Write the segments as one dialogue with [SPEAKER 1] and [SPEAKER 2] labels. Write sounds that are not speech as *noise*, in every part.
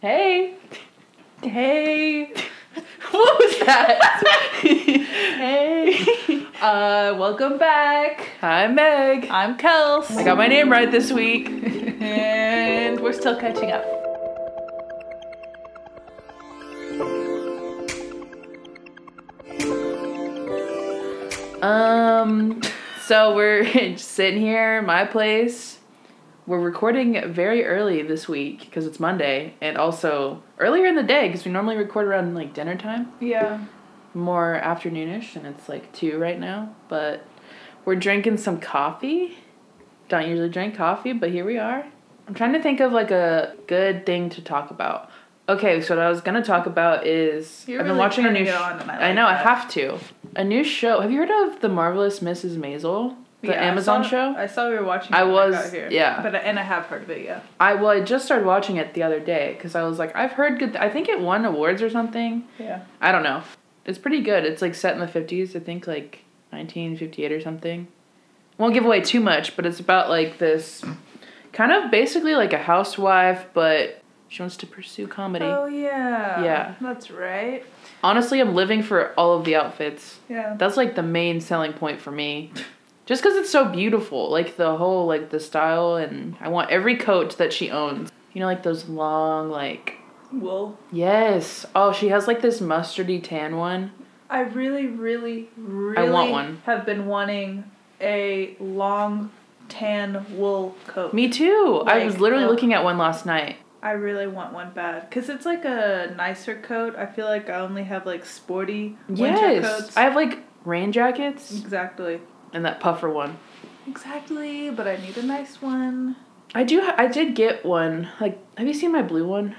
[SPEAKER 1] Hey.
[SPEAKER 2] *laughs* Hey.
[SPEAKER 1] What was *laughs* that?
[SPEAKER 2] Hey.
[SPEAKER 1] uh, welcome back.
[SPEAKER 2] I'm Meg.
[SPEAKER 1] I'm Kels.
[SPEAKER 2] I got my name right this week.
[SPEAKER 1] *laughs* and we're still catching up.
[SPEAKER 2] Um, so we're *laughs* just sitting here in my place. We're recording very early this week because it's Monday, and also earlier in the day because we normally record around like dinner time,
[SPEAKER 1] Yeah.
[SPEAKER 2] more afternoonish, and it's like two right now. But we're drinking some coffee. Don't usually drink coffee, but here we are. I'm trying to think of like a good thing to talk about. Okay, so what I was gonna talk about is
[SPEAKER 1] You're
[SPEAKER 2] I've been
[SPEAKER 1] really
[SPEAKER 2] watching a
[SPEAKER 1] trying to
[SPEAKER 2] new.
[SPEAKER 1] get
[SPEAKER 2] sh-
[SPEAKER 1] on, and I
[SPEAKER 2] I
[SPEAKER 1] like
[SPEAKER 2] know I
[SPEAKER 1] that.
[SPEAKER 2] have to. A new show. Have you heard of the marvelous Mrs. Maisel? The
[SPEAKER 1] Yeah, I
[SPEAKER 2] Amazon
[SPEAKER 1] saw-
[SPEAKER 2] show.
[SPEAKER 1] I saw we were watching.
[SPEAKER 2] I
[SPEAKER 1] it when
[SPEAKER 2] was-
[SPEAKER 1] got here.
[SPEAKER 2] yeah.
[SPEAKER 1] But and I have heard of it. Yeah.
[SPEAKER 2] I well, I just started watching it the other day because I was like, I've heard good. I think it won awards or something.
[SPEAKER 1] Yeah.
[SPEAKER 2] I don't know. It's pretty good. It's like set in the 50s, I think like 1958 or something. Won't give away too much, but it's about like this kind of basically like a housewife, but she wants to pursue comedy.
[SPEAKER 1] Oh yeah.
[SPEAKER 2] Yeah.
[SPEAKER 1] That's right.
[SPEAKER 2] Honestly, I'm living for all of the outfits.
[SPEAKER 1] Yeah.
[SPEAKER 2] That's like the main selling point for me. Just because it's so beautiful, like the whole like the style, and I want every coat that she owns. You know, like those long like
[SPEAKER 1] Wool.
[SPEAKER 2] yes. Oh, she has like this mustardy tan one.
[SPEAKER 1] I really, really, really
[SPEAKER 2] one.
[SPEAKER 1] have been wanting a long tan wool coat.
[SPEAKER 2] Me too. I
[SPEAKER 1] Like,
[SPEAKER 2] was literally
[SPEAKER 1] uh,
[SPEAKER 2] looking at one last night.
[SPEAKER 1] I really want one bad because it's like a nicer coat. I feel like I only have like sporty winter
[SPEAKER 2] Yes,
[SPEAKER 1] coats.
[SPEAKER 2] I have like rain jackets
[SPEAKER 1] exactly,
[SPEAKER 2] and that puffer one.
[SPEAKER 1] exactly. But I need a nice one.
[SPEAKER 2] I do. Ha- I did get one. Like, have you seen my blue one?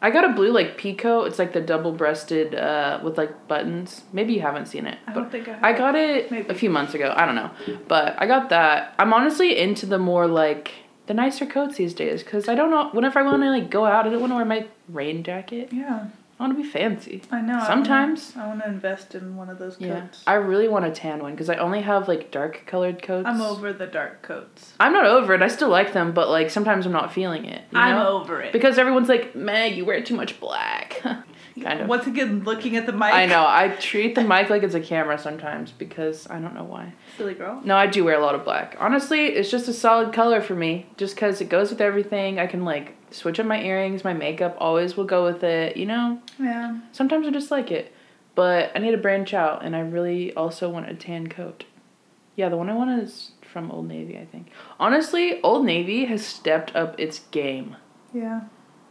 [SPEAKER 2] I got a blue like pico. It's like the double breasted uh, with like buttons. Maybe you haven't seen it.
[SPEAKER 1] I
[SPEAKER 2] but-
[SPEAKER 1] don't think I. Have
[SPEAKER 2] I got it
[SPEAKER 1] Maybe.
[SPEAKER 2] a few months ago. I don't know. But I got that. I'm honestly into the more like the nicer coats these days because I don't know. Whenever I want to like go out, I don't want to wear my rain jacket.
[SPEAKER 1] Yeah,
[SPEAKER 2] I want to be fancy.
[SPEAKER 1] I know. I wanna-
[SPEAKER 2] Sometimes.
[SPEAKER 1] I want to invest in one of those
[SPEAKER 2] Yeah.
[SPEAKER 1] coats.
[SPEAKER 2] I really want a tan one because I only have like dark colored coats.
[SPEAKER 1] I'm over the dark coats.
[SPEAKER 2] I'm not over it. I still like them, but like sometimes I'm not feeling it. you
[SPEAKER 1] I'm
[SPEAKER 2] know?
[SPEAKER 1] over it.
[SPEAKER 2] Because everyone's like, Meg, you wear too much black. *laughs* kind of.
[SPEAKER 1] Once again, looking at the mic.
[SPEAKER 2] I know. I treat the mic like it's a camera sometimes because I don't know why.
[SPEAKER 1] Silly girl.
[SPEAKER 2] No, I do wear a lot of black. Honestly, it's just a solid color for me, just because it goes with everything. I can like switch up my earrings, my makeup always will go with it, you know?
[SPEAKER 1] Yeah.
[SPEAKER 2] Sometimes I just like it, but I need to branch out, and I really also want a tan coat. Yeah, the one I want is from Old Navy, I think. Honestly, Old Navy has stepped up its game.
[SPEAKER 1] Yeah.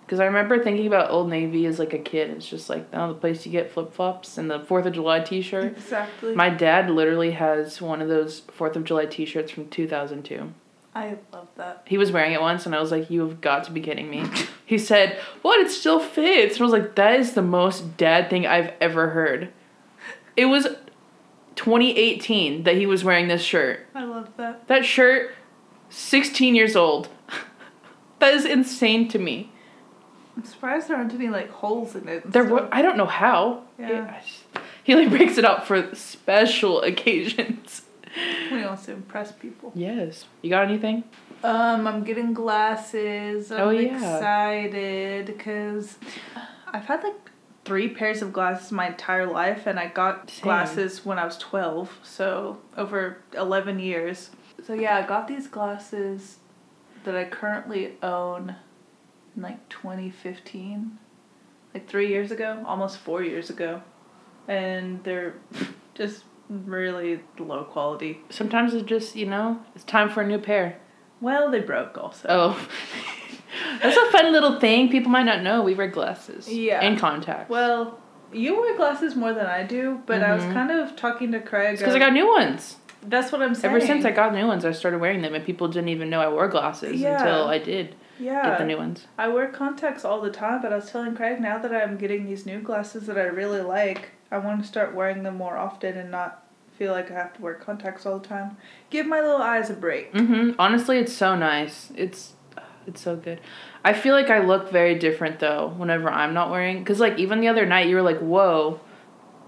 [SPEAKER 2] Because I remember thinking about Old Navy as like a kid. It's just like, oh, the place you get flip flops and the 4th of July t shirt.
[SPEAKER 1] Exactly.
[SPEAKER 2] My dad literally has one of those Fourth of July T-shirts from two thousand two.
[SPEAKER 1] I love that.
[SPEAKER 2] He was wearing it once, and I was like, "You have got to be kidding me." he said, "What? It still fits." And I was like, "That is the most dad thing I've ever heard." It was 2018 that he was wearing this shirt.
[SPEAKER 1] I love that.
[SPEAKER 2] That shirt, 16 years old. *laughs* that is insane to me.
[SPEAKER 1] I'm surprised there aren't any like holes in it. and
[SPEAKER 2] There,
[SPEAKER 1] stuff.
[SPEAKER 2] wa- I don't know how.
[SPEAKER 1] Yeah.
[SPEAKER 2] I just- he like breaks it out for special *laughs* occasions.
[SPEAKER 1] When he wants to impress people.
[SPEAKER 2] Yes. You got anything?
[SPEAKER 1] Um, I'm getting glasses. I'm
[SPEAKER 2] Oh, yeah.
[SPEAKER 1] excited because I've had like three pairs of glasses my entire life, and I got
[SPEAKER 2] Same.
[SPEAKER 1] glasses when I was 12, so over 11 years. So, yeah, I got these glasses that I currently own in like 2015, like three years ago, almost four years ago, and they're just really low quality.
[SPEAKER 2] Sometimes it's just, you know, it's time for a new pair.
[SPEAKER 1] Well, they broke also.
[SPEAKER 2] Oh. That's a fun little thing. People might not know we wear glasses.
[SPEAKER 1] Yeah.
[SPEAKER 2] And contacts.
[SPEAKER 1] Well, you wear glasses more than I do, but I was
[SPEAKER 2] Mhm.
[SPEAKER 1] kind of talking to Craig.
[SPEAKER 2] because I
[SPEAKER 1] of-
[SPEAKER 2] got new ones.
[SPEAKER 1] that's what I'm saying.
[SPEAKER 2] Ever since I got new ones, I started wearing them, and people didn't even know I wore glasses
[SPEAKER 1] Yeah.
[SPEAKER 2] until I did
[SPEAKER 1] yeah,
[SPEAKER 2] get the new ones.
[SPEAKER 1] I wear contacts all the time, but I was telling Craig now that I'm getting these new glasses that I really like, I want to start wearing them more often and not feel like I have to wear contacts all the time. Give my little eyes a break.
[SPEAKER 2] hmm Honestly, it's so nice. It's it's so good. I feel like I look very different though whenever I'm not wearing. Cause like even the other night, you were like, "Whoa."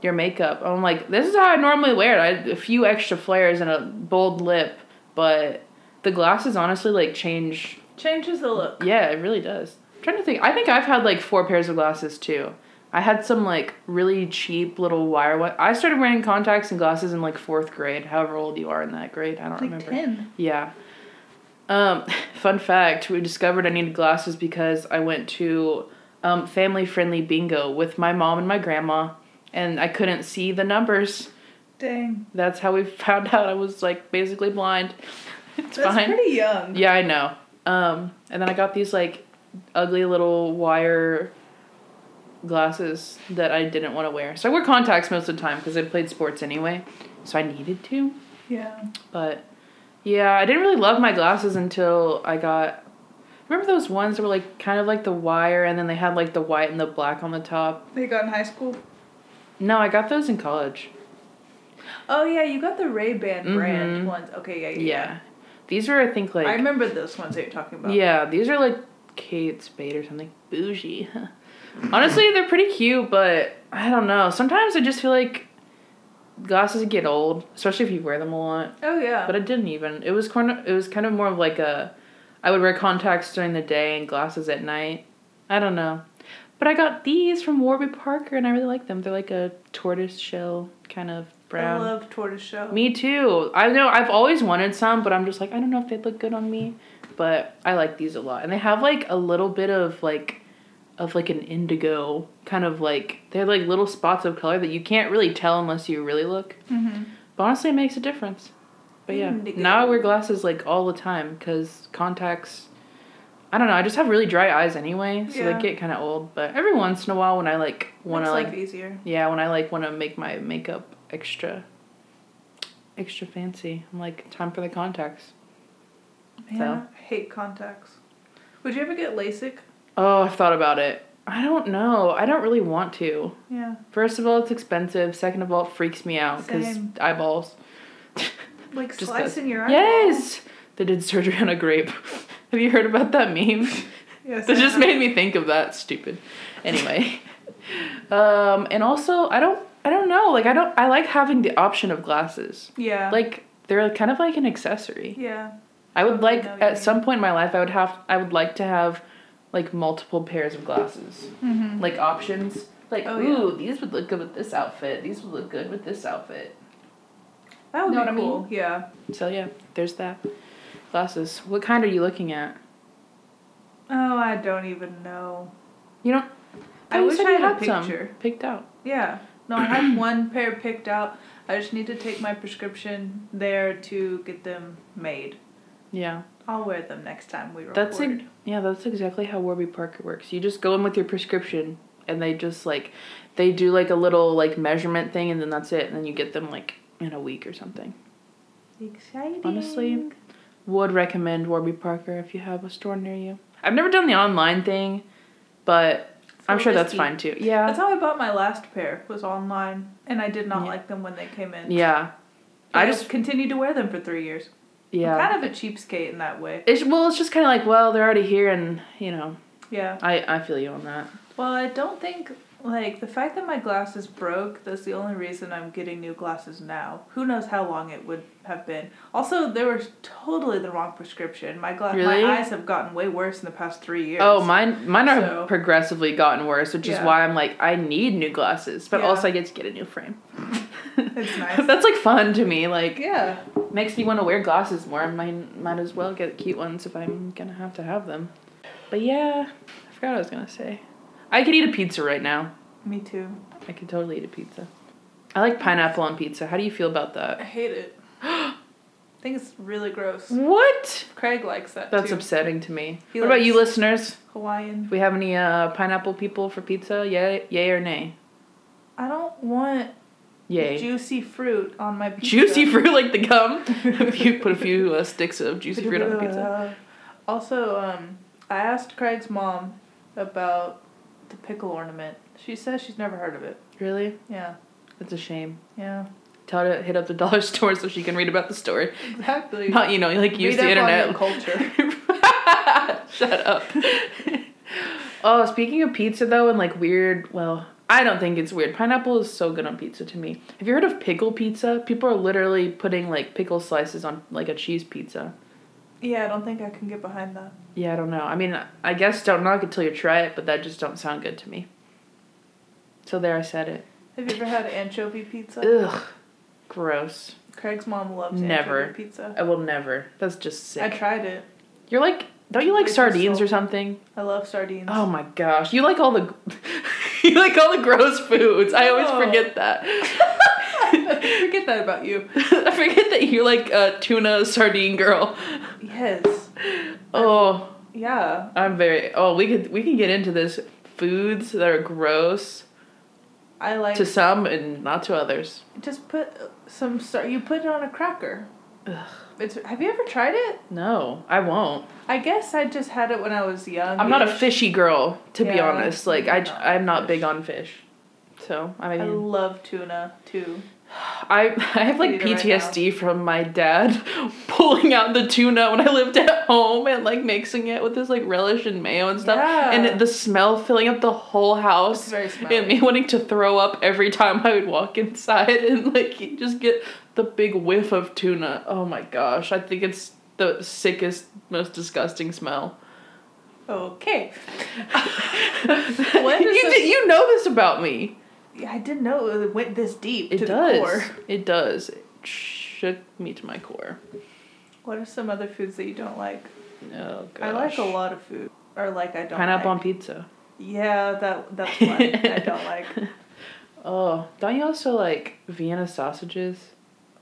[SPEAKER 2] Your makeup. I'm like, this is how I normally wear it. I had a few extra flares and a bold lip, but the glasses honestly like change
[SPEAKER 1] Changes the look.
[SPEAKER 2] Yeah, it really does. trying to think. I think I've had like four pairs of glasses too. I had some like really cheap little wire. One- I started wearing contacts and glasses in like fourth grade. However old you are in that grade, I don't
[SPEAKER 1] Like
[SPEAKER 2] remember.
[SPEAKER 1] ten.
[SPEAKER 2] Yeah. Um, *laughs* fun fact: We discovered I needed glasses because I went to um, family-friendly bingo with my mom and my grandma, and I couldn't see the numbers.
[SPEAKER 1] Dang.
[SPEAKER 2] That's how we *laughs* found out I was like basically blind. It's
[SPEAKER 1] That's
[SPEAKER 2] fine.
[SPEAKER 1] pretty young.
[SPEAKER 2] Yeah, I know. Um, and then I got these like ugly little wire glasses that I didn't want to wear. So I wear contacts most of the time because I played sports anyway, so I needed to.
[SPEAKER 1] Yeah.
[SPEAKER 2] But yeah, I didn't really love my glasses until I got. Remember those ones that were like kind of like the wire, and then they had like the white and the black on the top.
[SPEAKER 1] They got in high school.
[SPEAKER 2] No, I got those in college.
[SPEAKER 1] Oh yeah, you got the Ray Ban
[SPEAKER 2] Mhm.
[SPEAKER 1] brand ones. Okay, yeah, yeah. yeah.
[SPEAKER 2] Yeah, these were I think like
[SPEAKER 1] I remember those ones that you're talking about.
[SPEAKER 2] Yeah, these are like Kate Spade or something. Bougie. *laughs* Honestly, they're pretty cute, but I don't know. Sometimes I just feel like glasses get old, especially if you wear them a lot.
[SPEAKER 1] Oh yeah.
[SPEAKER 2] But it didn't even. It was kind of. It was kind of more of like a. I would wear contacts during the day and glasses at night. I don't know. But I got these from Warby Parker and I really like them. They're like a tortoise shell kind of brown.
[SPEAKER 1] I love tortoise shell.
[SPEAKER 2] Me too. I know I've always wanted some, but I'm just like I don't know if they'd look good on me. But I like these a lot, and they have like a little bit of like, of like an indigo kind of like they have like little spots of color that you can't really tell unless you really look.
[SPEAKER 1] hmm
[SPEAKER 2] But honestly, it makes a difference. But yeah,
[SPEAKER 1] Indigo.
[SPEAKER 2] now I wear glasses like all the time because contacts. I don't know. I just have really dry eyes anyway, so
[SPEAKER 1] Yeah.
[SPEAKER 2] they get kind of old. But every once in a while, when I like want
[SPEAKER 1] Makes
[SPEAKER 2] to like
[SPEAKER 1] life easier.
[SPEAKER 2] yeah, when I like want to make my makeup extra, extra fancy, I'm like, time for the contacts.
[SPEAKER 1] Man, I hate contacts. Would you ever get LASIK?
[SPEAKER 2] Oh, I've thought about it. I don't know. I don't really want to.
[SPEAKER 1] Yeah.
[SPEAKER 2] First of all, it's expensive. Second of all, it freaks me out because
[SPEAKER 1] Same.
[SPEAKER 2] eyeballs.
[SPEAKER 1] Like
[SPEAKER 2] Just
[SPEAKER 1] slicing your eye.
[SPEAKER 2] Yes, they did surgery on a grape. *laughs* Have you heard about that meme?
[SPEAKER 1] Yes.
[SPEAKER 2] That
[SPEAKER 1] I
[SPEAKER 2] just
[SPEAKER 1] know.
[SPEAKER 2] made me think of that. Stupid. Anyway, *laughs* um, and also I don't. I don't know. Like I don't. I like having the option of glasses.
[SPEAKER 1] Yeah.
[SPEAKER 2] like they're kind of like an accessory.
[SPEAKER 1] Yeah.
[SPEAKER 2] I would like
[SPEAKER 1] know what you
[SPEAKER 2] at
[SPEAKER 1] mean.
[SPEAKER 2] some point in my life I would have I would like to have like multiple pairs of glasses.
[SPEAKER 1] Mm-hmm.
[SPEAKER 2] Like options. Like
[SPEAKER 1] Oh, yeah.
[SPEAKER 2] ooh, these would look good with this outfit. These would look good with this outfit.
[SPEAKER 1] That would
[SPEAKER 2] Know
[SPEAKER 1] be
[SPEAKER 2] what I
[SPEAKER 1] cool. Yeah.
[SPEAKER 2] So yeah, there's that. Glasses. What kind are you looking at?
[SPEAKER 1] Oh, I don't even know.
[SPEAKER 2] You don't
[SPEAKER 1] I
[SPEAKER 2] you
[SPEAKER 1] wish
[SPEAKER 2] said
[SPEAKER 1] I
[SPEAKER 2] you
[SPEAKER 1] had a
[SPEAKER 2] some
[SPEAKER 1] picture.
[SPEAKER 2] picked out.
[SPEAKER 1] Yeah. No, I
[SPEAKER 2] *clears throat*
[SPEAKER 1] had one pair picked out. I just need to take my prescription there to get them made.
[SPEAKER 2] Yeah.
[SPEAKER 1] I'll wear them next time we record.
[SPEAKER 2] That's ex- yeah, that's exactly how Warby Parker works. You just go in with your prescription and they just like they do like a little like measurement thing and then that's it and then you get them like in a week or something.
[SPEAKER 1] exciting.
[SPEAKER 2] honestly would recommend Warby Parker if you have a store near you. I've never done the online thing, but
[SPEAKER 1] It's
[SPEAKER 2] I'm
[SPEAKER 1] so
[SPEAKER 2] sure that's
[SPEAKER 1] risky.
[SPEAKER 2] fine too. Yeah.
[SPEAKER 1] That's how I bought my last pair was online, and I did not
[SPEAKER 2] Yeah.
[SPEAKER 1] like them when they came in.
[SPEAKER 2] yeah.
[SPEAKER 1] But
[SPEAKER 2] I just
[SPEAKER 1] continued to wear them for three years.
[SPEAKER 2] yeah.
[SPEAKER 1] I'm kind of a cheapskate in that way.
[SPEAKER 2] it's well, it's just kind of like well, they're already here, and you know,
[SPEAKER 1] Yeah.
[SPEAKER 2] I I feel you on that.
[SPEAKER 1] Well, I don't think like the fact that my glasses broke. That's the only reason I'm getting new glasses now. Who knows how long it would have been. Also, they were totally the wrong prescription. My gla-
[SPEAKER 2] Really?
[SPEAKER 1] my eyes have gotten way worse in the past three years.
[SPEAKER 2] Oh, mine mine are
[SPEAKER 1] So-
[SPEAKER 2] progressively gotten worse, which is
[SPEAKER 1] Yeah.
[SPEAKER 2] why I'm like I need new glasses, but
[SPEAKER 1] Yeah.
[SPEAKER 2] also I get to get a new frame. *laughs*
[SPEAKER 1] It's nice.
[SPEAKER 2] that's like fun to me. Like
[SPEAKER 1] Yeah.
[SPEAKER 2] makes me want to wear glasses more. I might, might as well get cute ones if I'm gonna have to have them. But yeah, I forgot what I was gonna say. I could eat a pizza right now.
[SPEAKER 1] Me too.
[SPEAKER 2] I could totally eat a pizza. I like pineapple on pizza. How do you feel about
[SPEAKER 1] I
[SPEAKER 2] that?
[SPEAKER 1] hate it.
[SPEAKER 2] *gasps*
[SPEAKER 1] I think it's really gross.
[SPEAKER 2] What?
[SPEAKER 1] Craig likes that
[SPEAKER 2] That's
[SPEAKER 1] too.
[SPEAKER 2] upsetting to me.
[SPEAKER 1] He
[SPEAKER 2] what about you,
[SPEAKER 1] likes-
[SPEAKER 2] listeners?
[SPEAKER 1] Hawaiian.
[SPEAKER 2] If we have any uh, pineapple people for pizza, yay, yay or nay?
[SPEAKER 1] I don't want
[SPEAKER 2] Yay.
[SPEAKER 1] juicy fruit on my pizza.
[SPEAKER 2] Juicy fruit like the
[SPEAKER 1] *laughs*
[SPEAKER 2] gum. if you put a few uh, sticks of juicy fruit on the
[SPEAKER 1] uh,
[SPEAKER 2] pizza.
[SPEAKER 1] *laughs* Also, um, I asked Craig's mom about the pickle ornament. She says she's never heard of it.
[SPEAKER 2] Really?
[SPEAKER 1] Yeah,
[SPEAKER 2] That's a shame.
[SPEAKER 1] yeah, *laughs*
[SPEAKER 2] Tell her to hit up the dollar *laughs* store so she can read about the story.
[SPEAKER 1] exactly.
[SPEAKER 2] Not you know, like use
[SPEAKER 1] Read
[SPEAKER 2] the
[SPEAKER 1] up on
[SPEAKER 2] internet.
[SPEAKER 1] your
[SPEAKER 2] *laughs*
[SPEAKER 1] culture.
[SPEAKER 2] Shut up. *laughs* oh, speaking of pizza though, and like weird. Well, I don't think it's weird. Pineapple is so good on pizza to me. Have you heard of pickle pizza? People are literally putting like pickle slices on like a cheese pizza.
[SPEAKER 1] Yeah, I don't think I can get behind that.
[SPEAKER 2] Yeah, I don't know. I mean, I guess don't knock it till you try it, but that just don't sound good to me. So there, I said it.
[SPEAKER 1] Have you ever had anchovy pizza?
[SPEAKER 2] Ugh, gross.
[SPEAKER 1] Craig's mom loves
[SPEAKER 2] Never.
[SPEAKER 1] anchovy pizza.
[SPEAKER 2] I will never. That's just sick.
[SPEAKER 1] I tried it.
[SPEAKER 2] You're like, don't you like
[SPEAKER 1] It's just
[SPEAKER 2] sardines
[SPEAKER 1] so-
[SPEAKER 2] or something?
[SPEAKER 1] I love sardines.
[SPEAKER 2] Oh my gosh, you like all the, *laughs* you like all the gross foods. I always
[SPEAKER 1] No.
[SPEAKER 2] forget that.
[SPEAKER 1] *laughs*
[SPEAKER 2] *laughs*
[SPEAKER 1] Forget that about you.
[SPEAKER 2] I forget that you're like a tuna sardine girl.
[SPEAKER 1] Yes.
[SPEAKER 2] Oh,
[SPEAKER 1] Yeah.
[SPEAKER 2] I'm very. Oh, we could we can get into this foods that are gross
[SPEAKER 1] I like
[SPEAKER 2] to some and not to others.
[SPEAKER 1] just put uh, some star. You put it on a cracker.
[SPEAKER 2] Ugh.
[SPEAKER 1] It's. Have you ever tried it?
[SPEAKER 2] No, I won't.
[SPEAKER 1] I guess I just had it when I was young.
[SPEAKER 2] I'm not a fishy girl, to be
[SPEAKER 1] Yeah,
[SPEAKER 2] honest. Like I,
[SPEAKER 1] I'm not
[SPEAKER 2] I'm not
[SPEAKER 1] fish.
[SPEAKER 2] big on fish, so I
[SPEAKER 1] I
[SPEAKER 2] mean,
[SPEAKER 1] love tuna too.
[SPEAKER 2] I, I have like
[SPEAKER 1] Eat it right now.
[SPEAKER 2] PTSD from my dad *laughs* pulling out the tuna when I lived at home and like mixing it with this like relish and mayo and stuff,
[SPEAKER 1] Yeah.
[SPEAKER 2] and the smell filling up the whole house.
[SPEAKER 1] It's
[SPEAKER 2] *laughs*
[SPEAKER 1] very
[SPEAKER 2] and me
[SPEAKER 1] smelly.
[SPEAKER 2] wanting to throw up every time I would walk inside *laughs* and like just get the big whiff of tuna. Oh my gosh, I think it's the sickest, most disgusting
[SPEAKER 1] *laughs*
[SPEAKER 2] smell.
[SPEAKER 1] Okay.
[SPEAKER 2] you,
[SPEAKER 1] When does
[SPEAKER 2] di- *laughs* you know this about me.
[SPEAKER 1] Yeah, I didn't know it went this deep
[SPEAKER 2] It
[SPEAKER 1] to the
[SPEAKER 2] does.
[SPEAKER 1] core.
[SPEAKER 2] It does. It shook me to my core.
[SPEAKER 1] What are some other foods that you don't like?
[SPEAKER 2] Oh gosh.
[SPEAKER 1] I like a lot of food, or like I don't.
[SPEAKER 2] Pineapple on
[SPEAKER 1] like.
[SPEAKER 2] pizza.
[SPEAKER 1] Yeah,
[SPEAKER 2] *laughs*
[SPEAKER 1] that that's one I don't like.
[SPEAKER 2] Oh, don't you also like Vienna sausages? *laughs*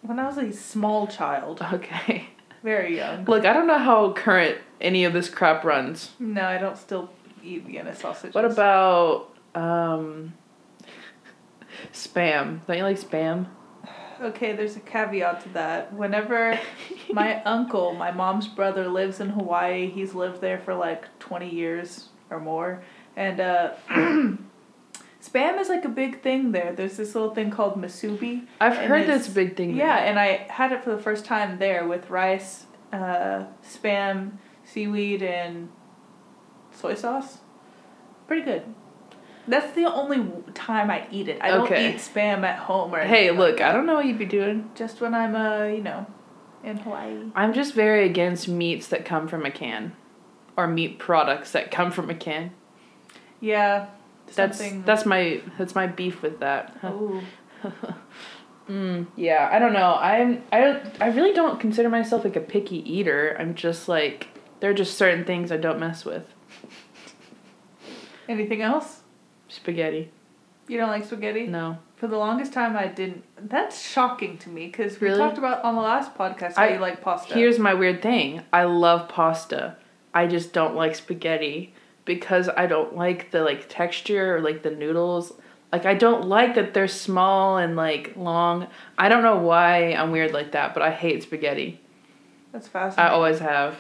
[SPEAKER 1] When I was a small child, *laughs*
[SPEAKER 2] Okay.
[SPEAKER 1] very young.
[SPEAKER 2] Look, I don't know how current any of this crap runs.
[SPEAKER 1] No, I don't still eat Vienna sausages.
[SPEAKER 2] What about um spam? Don't you like spam?
[SPEAKER 1] Okay, there's a caveat to that. Whenever
[SPEAKER 2] *laughs*
[SPEAKER 1] my uncle, my mom's brother, lives in Hawaii, he's lived there for like 20 years or more. And uh, *clears throat* spam is like a big thing there. There's this little thing called masubi.
[SPEAKER 2] I've
[SPEAKER 1] And
[SPEAKER 2] heard
[SPEAKER 1] it's-
[SPEAKER 2] that's a big thing.
[SPEAKER 1] Yeah, and I had it for the first time there with rice, uh, spam, seaweed, and soy sauce. Pretty good. That's the only w- time I eat it. I don't
[SPEAKER 2] Okay.
[SPEAKER 1] eat spam at home or
[SPEAKER 2] Hey,
[SPEAKER 1] anything like
[SPEAKER 2] look, I don't know what you'd be doing.
[SPEAKER 1] just when I'm uh, you know, in Hawaii.
[SPEAKER 2] I'm just very against meats that come from a can or meat products that come from a can.
[SPEAKER 1] Yeah.
[SPEAKER 2] That's
[SPEAKER 1] something-
[SPEAKER 2] that's my that's my beef with that.
[SPEAKER 1] Ooh.
[SPEAKER 2] Mm, yeah, I don't know. I'm I don't I really don't consider myself like a picky eater. I'm just like there are just certain things I don't mess with.
[SPEAKER 1] Anything else?
[SPEAKER 2] Spaghetti.
[SPEAKER 1] You don't like spaghetti?
[SPEAKER 2] No.
[SPEAKER 1] For the longest time, I didn't. That's shocking to me because we
[SPEAKER 2] Really?
[SPEAKER 1] talked about on the last podcast how
[SPEAKER 2] I-
[SPEAKER 1] you like pasta.
[SPEAKER 2] Here's my weird thing. I love pasta. I just don't like spaghetti because I don't like the like texture or like the noodles. Like I don't like that they're small and like long. I don't know why I'm weird like that, but I hate spaghetti.
[SPEAKER 1] That's
[SPEAKER 2] I
[SPEAKER 1] fascinating.
[SPEAKER 2] always have.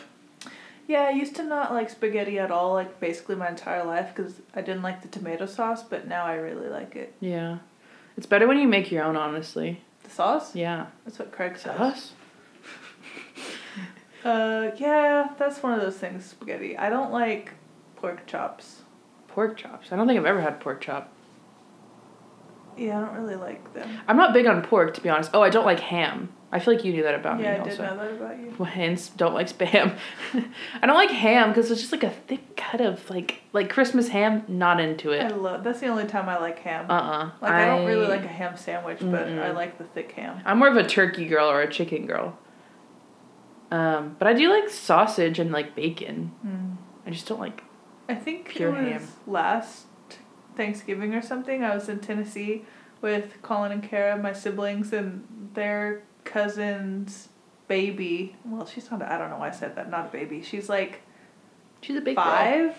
[SPEAKER 1] Yeah, I used to not like spaghetti at all, like basically my entire life because I didn't like the tomato sauce, but now I really like it.
[SPEAKER 2] Yeah. It's better when you make your own, honestly.
[SPEAKER 1] The sauce?
[SPEAKER 2] Yeah.
[SPEAKER 1] That's what Craig says.
[SPEAKER 2] Sauce?
[SPEAKER 1] Uh, yeah, that's one of those things, spaghetti. I don't like pork chops.
[SPEAKER 2] Pork chops. I don't think I've ever had pork chop.
[SPEAKER 1] Yeah, I don't really like them.
[SPEAKER 2] I'm not big on pork to be honest. Oh, I don't like ham. I feel like you knew that about
[SPEAKER 1] yeah,
[SPEAKER 2] me
[SPEAKER 1] I
[SPEAKER 2] also.
[SPEAKER 1] did know that about you.
[SPEAKER 2] Well, hence don't like spam. *laughs* I don't like ham because it's just like a thick cut of like like Christmas ham. Not into
[SPEAKER 1] I
[SPEAKER 2] it.
[SPEAKER 1] love. That's the only time I like ham.
[SPEAKER 2] Uh uh
[SPEAKER 1] like I, don't really like a ham sandwich, but
[SPEAKER 2] Mm-mm.
[SPEAKER 1] I like the thick ham.
[SPEAKER 2] I'm more of a turkey girl or a chicken girl. Um, but I do like sausage and like bacon.
[SPEAKER 1] Mm.
[SPEAKER 2] I just don't like.
[SPEAKER 1] I think
[SPEAKER 2] Pure
[SPEAKER 1] it was
[SPEAKER 2] ham.
[SPEAKER 1] last Thanksgiving or something. I was in Tennessee with Colin and Kara, my siblings, and their cousin's baby. Well, she's not. I don't know why I said that. Not a baby. She's like
[SPEAKER 2] She's a big girl.
[SPEAKER 1] five.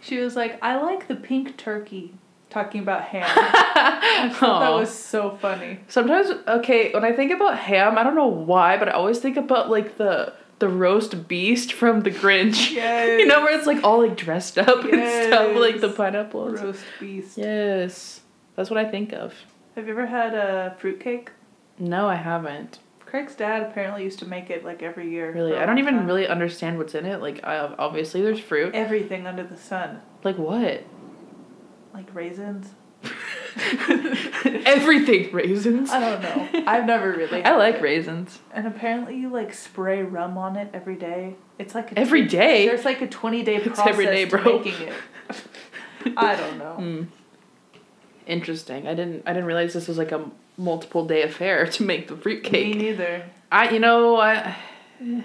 [SPEAKER 1] She was like, "I like the pink turkey." Talking
[SPEAKER 2] *laughs*
[SPEAKER 1] about ham. I just thought that
[SPEAKER 2] Aw.
[SPEAKER 1] was so funny.
[SPEAKER 2] Sometimes okay, when I think about ham, I don't know why, but I always think about like the the roast beast from The Grinch. *laughs* *laughs*
[SPEAKER 1] Yes.
[SPEAKER 2] you know where it's like all like dressed up and stuff, like the
[SPEAKER 1] Yes.
[SPEAKER 2] pineapple. and stuff.
[SPEAKER 1] roast beast.
[SPEAKER 2] Yes, that's what I think of.
[SPEAKER 1] Have you ever had a fruitcake?
[SPEAKER 2] No, I haven't
[SPEAKER 1] Craig's dad apparently used to make it like every year.
[SPEAKER 2] really.
[SPEAKER 1] for a
[SPEAKER 2] I don't
[SPEAKER 1] long
[SPEAKER 2] even
[SPEAKER 1] time.
[SPEAKER 2] really understand what's in it. Like, I, obviously there's fruit.
[SPEAKER 1] everything under the sun,
[SPEAKER 2] Like what?
[SPEAKER 1] like raisins.
[SPEAKER 2] *laughs*
[SPEAKER 1] *laughs*
[SPEAKER 2] Everything raisins.
[SPEAKER 1] I don't know. I've never really.
[SPEAKER 2] I like
[SPEAKER 1] had it.
[SPEAKER 2] raisins.
[SPEAKER 1] And apparently, you like spray rum on it every day. It's like a
[SPEAKER 2] Every day.
[SPEAKER 1] There's like a 20 day
[SPEAKER 2] It's
[SPEAKER 1] process
[SPEAKER 2] every day,
[SPEAKER 1] to
[SPEAKER 2] bro.
[SPEAKER 1] making it. I
[SPEAKER 2] *laughs*
[SPEAKER 1] don't know.
[SPEAKER 2] Mm. Interesting. I didn't I didn't realize this was like a multiple day affair *laughs* to make the
[SPEAKER 1] Me
[SPEAKER 2] fruitcake.
[SPEAKER 1] neither. *laughs*
[SPEAKER 2] I you know, I eh, *sighs*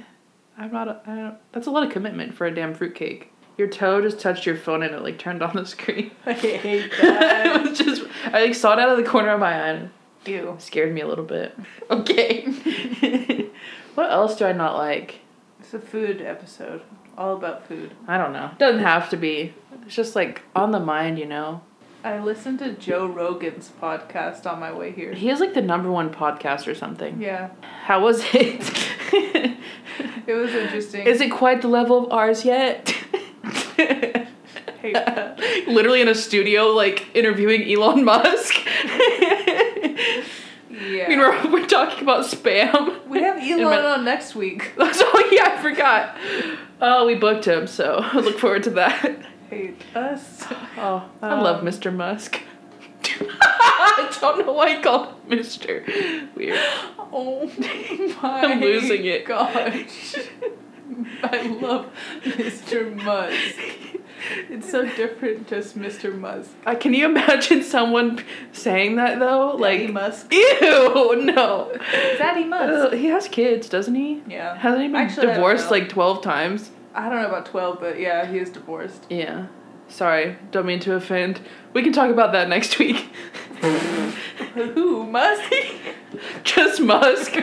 [SPEAKER 2] I'm not a, I don't, that's a lot of commitment for a damn fruitcake. Your toe just touched your phone and it like turned *laughs* on the screen.
[SPEAKER 1] I
[SPEAKER 2] *laughs*
[SPEAKER 1] hate
[SPEAKER 2] it
[SPEAKER 1] that.
[SPEAKER 2] was just I like saw it out of the corner of my eye and
[SPEAKER 1] Ew.
[SPEAKER 2] it scared me a little bit. *laughs* Okay. *laughs* what else do I not like?
[SPEAKER 1] It's a food episode. All about food.
[SPEAKER 2] I don't know. Doesn't have to be. It's just like on the mind, you know.
[SPEAKER 1] I listened to Joe Rogan's podcast on my way here.
[SPEAKER 2] He is like the number one podcast or something.
[SPEAKER 1] Yeah,
[SPEAKER 2] How was *laughs* it?
[SPEAKER 1] it was interesting.
[SPEAKER 2] Is it quite the level of ours yet?
[SPEAKER 1] Hate that.
[SPEAKER 2] Literally in a studio, like interviewing Elon *laughs* Musk.
[SPEAKER 1] Yeah.
[SPEAKER 2] I mean, we're, we're talking about spam.
[SPEAKER 1] we have Elon
[SPEAKER 2] my-
[SPEAKER 1] on next week.
[SPEAKER 2] *laughs* oh yeah, I forgot. Oh, we booked him, so *laughs* I look forward to that.
[SPEAKER 1] Hate us.
[SPEAKER 2] Oh, I love
[SPEAKER 1] Um,
[SPEAKER 2] Mr. Musk. *laughs* I don't know why I called him Mister. Weird.
[SPEAKER 1] *laughs* Oh my
[SPEAKER 2] I'm losing it.
[SPEAKER 1] Gosh. *laughs* I love Mr. Muzz. It's so different just Mr. Muzz.
[SPEAKER 2] Uh, can you imagine someone saying that though?
[SPEAKER 1] Daddy
[SPEAKER 2] Like,
[SPEAKER 1] Musk.
[SPEAKER 2] ew, no.
[SPEAKER 1] Daddy
[SPEAKER 2] Uh,
[SPEAKER 1] Musk.
[SPEAKER 2] he has kids, doesn't he?
[SPEAKER 1] Yeah.
[SPEAKER 2] Hasn't he been
[SPEAKER 1] Actually, I don't
[SPEAKER 2] divorced
[SPEAKER 1] know.
[SPEAKER 2] like twelve times?
[SPEAKER 1] I don't know about 12, but yeah, he is divorced. *laughs*
[SPEAKER 2] Yeah. Sorry, don't mean to offend. We can talk about that next week. *laughs*
[SPEAKER 1] Who? Musk? *laughs*
[SPEAKER 2] Just Musk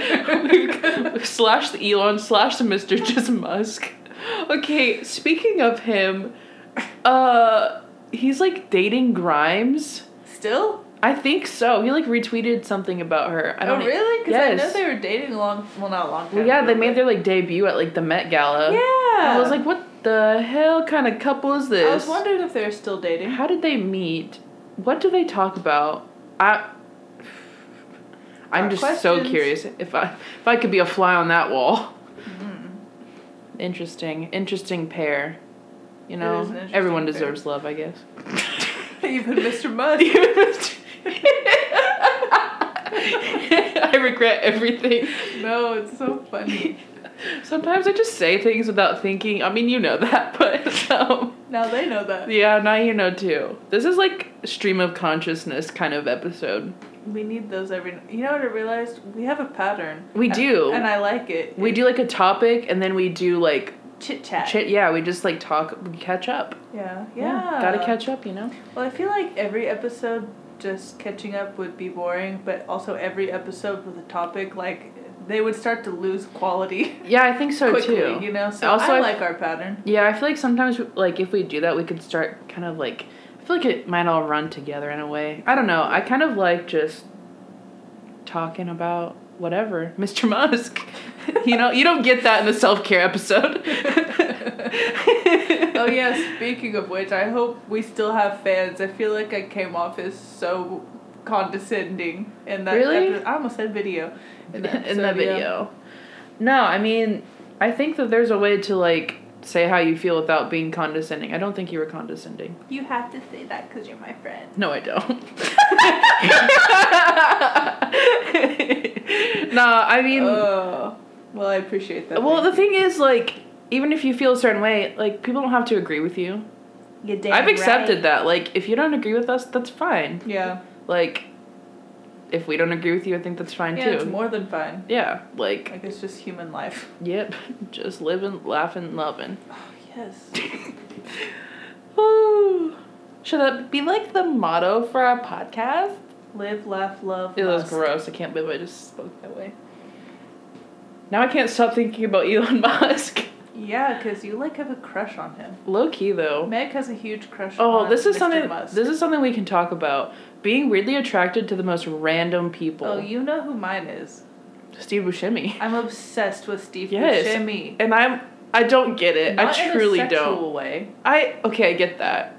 [SPEAKER 2] *laughs* slash the Elon slash the Mister Just Musk. Okay, speaking of him, uh, he's like dating Grimes.
[SPEAKER 1] Still?
[SPEAKER 2] I think so. He like retweeted something about her. I
[SPEAKER 1] oh,
[SPEAKER 2] don't e-
[SPEAKER 1] really? Because I know
[SPEAKER 2] Yes.
[SPEAKER 1] they were dating a long, well, not a long time.
[SPEAKER 2] Well, yeah, they
[SPEAKER 1] ago,
[SPEAKER 2] made
[SPEAKER 1] but-
[SPEAKER 2] their like debut at like the Met Gala.
[SPEAKER 1] Yeah.
[SPEAKER 2] I was like, what the hell kind of couple is this?
[SPEAKER 1] I was wondering if they're still dating. *laughs*
[SPEAKER 2] How did they meet? What do they talk about? I I'm
[SPEAKER 1] Got
[SPEAKER 2] just so
[SPEAKER 1] questions?
[SPEAKER 2] curious if I if I could be a fly on that wall.
[SPEAKER 1] Mm-hmm.
[SPEAKER 2] Interesting, interesting pair. You
[SPEAKER 1] It
[SPEAKER 2] know,
[SPEAKER 1] is an interesting
[SPEAKER 2] everyone
[SPEAKER 1] pair.
[SPEAKER 2] deserves love, I
[SPEAKER 1] *laughs*
[SPEAKER 2] guess.
[SPEAKER 1] Even Mr. Musk.
[SPEAKER 2] I regret everything.
[SPEAKER 1] no, it's so
[SPEAKER 2] *laughs*
[SPEAKER 1] funny.
[SPEAKER 2] Sometimes I just say things without thinking. I mean, you know that, *laughs* but um,
[SPEAKER 1] Now they know that.
[SPEAKER 2] yeah, now you know too. This is like stream of consciousness kind of episode.
[SPEAKER 1] We need those every. You know what I realized? We have a pattern.
[SPEAKER 2] We
[SPEAKER 1] And-
[SPEAKER 2] do.
[SPEAKER 1] And I like it.
[SPEAKER 2] We do like a topic and then we do like
[SPEAKER 1] chit chat.
[SPEAKER 2] chit. Yeah, we just like talk, we catch up.
[SPEAKER 1] yeah, yeah.
[SPEAKER 2] gotta catch up, you know.
[SPEAKER 1] Well, I feel like every episode just catching up would be boring, but also every episode with a topic like they would start to lose quality
[SPEAKER 2] Yeah, I think so
[SPEAKER 1] *laughs* quickly.
[SPEAKER 2] too.
[SPEAKER 1] You know. So
[SPEAKER 2] Also,
[SPEAKER 1] I
[SPEAKER 2] I-
[SPEAKER 1] like our pattern.
[SPEAKER 2] Yeah, I feel like sometimes like if we do that, we could start kind of like. I feel like it might all run together in a way. I don't know. I kind of like just talking about whatever, *laughs* Mr. Musk. you know, you don't get that in the self care episode.
[SPEAKER 1] oh yeah. Speaking of which, I hope we still have fans. I feel like I came off as so condescending in that.
[SPEAKER 2] Really?
[SPEAKER 1] epi- I almost said video.
[SPEAKER 2] *laughs* in that,
[SPEAKER 1] episode, yeah.
[SPEAKER 2] video. No, I mean, I think that there's a way to like say how you feel without being condescending. I don't think you were condescending.
[SPEAKER 1] You have to say that because you're my friend.
[SPEAKER 2] No, I *laughs* don't. nah, I mean,
[SPEAKER 1] Oh, well, I appreciate that.
[SPEAKER 2] well, the thing is, like, even if you feel a certain way, like, people don't have to agree with you.
[SPEAKER 1] you
[SPEAKER 2] I've accepted that. Like, if you don't agree with us, that's fine.
[SPEAKER 1] Yeah,
[SPEAKER 2] Like, if we don't agree with you, I think that's fine
[SPEAKER 1] yeah,
[SPEAKER 2] too.
[SPEAKER 1] it's more than fine.
[SPEAKER 2] yeah, like,
[SPEAKER 1] Like it's just human life.
[SPEAKER 2] yep, *laughs* just living, laughing, loving.
[SPEAKER 1] *laughs* Oh, *laughs* yes.
[SPEAKER 2] Woo. Should that be like the motto for our podcast?
[SPEAKER 1] Live, laugh, love.
[SPEAKER 2] It was
[SPEAKER 1] lust.
[SPEAKER 2] gross. I can't believe I just spoke that way. Now I can't stop thinking about Elon *laughs* Musk.
[SPEAKER 1] Yeah, because you like have a crush on him.
[SPEAKER 2] Low key though.
[SPEAKER 1] Meg has a huge crush.
[SPEAKER 2] Oh,
[SPEAKER 1] on
[SPEAKER 2] this is
[SPEAKER 1] Mr.
[SPEAKER 2] something.
[SPEAKER 1] Musk.
[SPEAKER 2] This is something we can talk about. Being weirdly attracted to the most random people.
[SPEAKER 1] Oh, you know who mine is.
[SPEAKER 2] Steve Buscemi.
[SPEAKER 1] I'm obsessed with Steve
[SPEAKER 2] Yes.
[SPEAKER 1] Buscemi.
[SPEAKER 2] And I'm. I don't get it.
[SPEAKER 1] Not
[SPEAKER 2] I truly
[SPEAKER 1] in a sexual
[SPEAKER 2] don't.
[SPEAKER 1] Way.
[SPEAKER 2] I okay. I get that.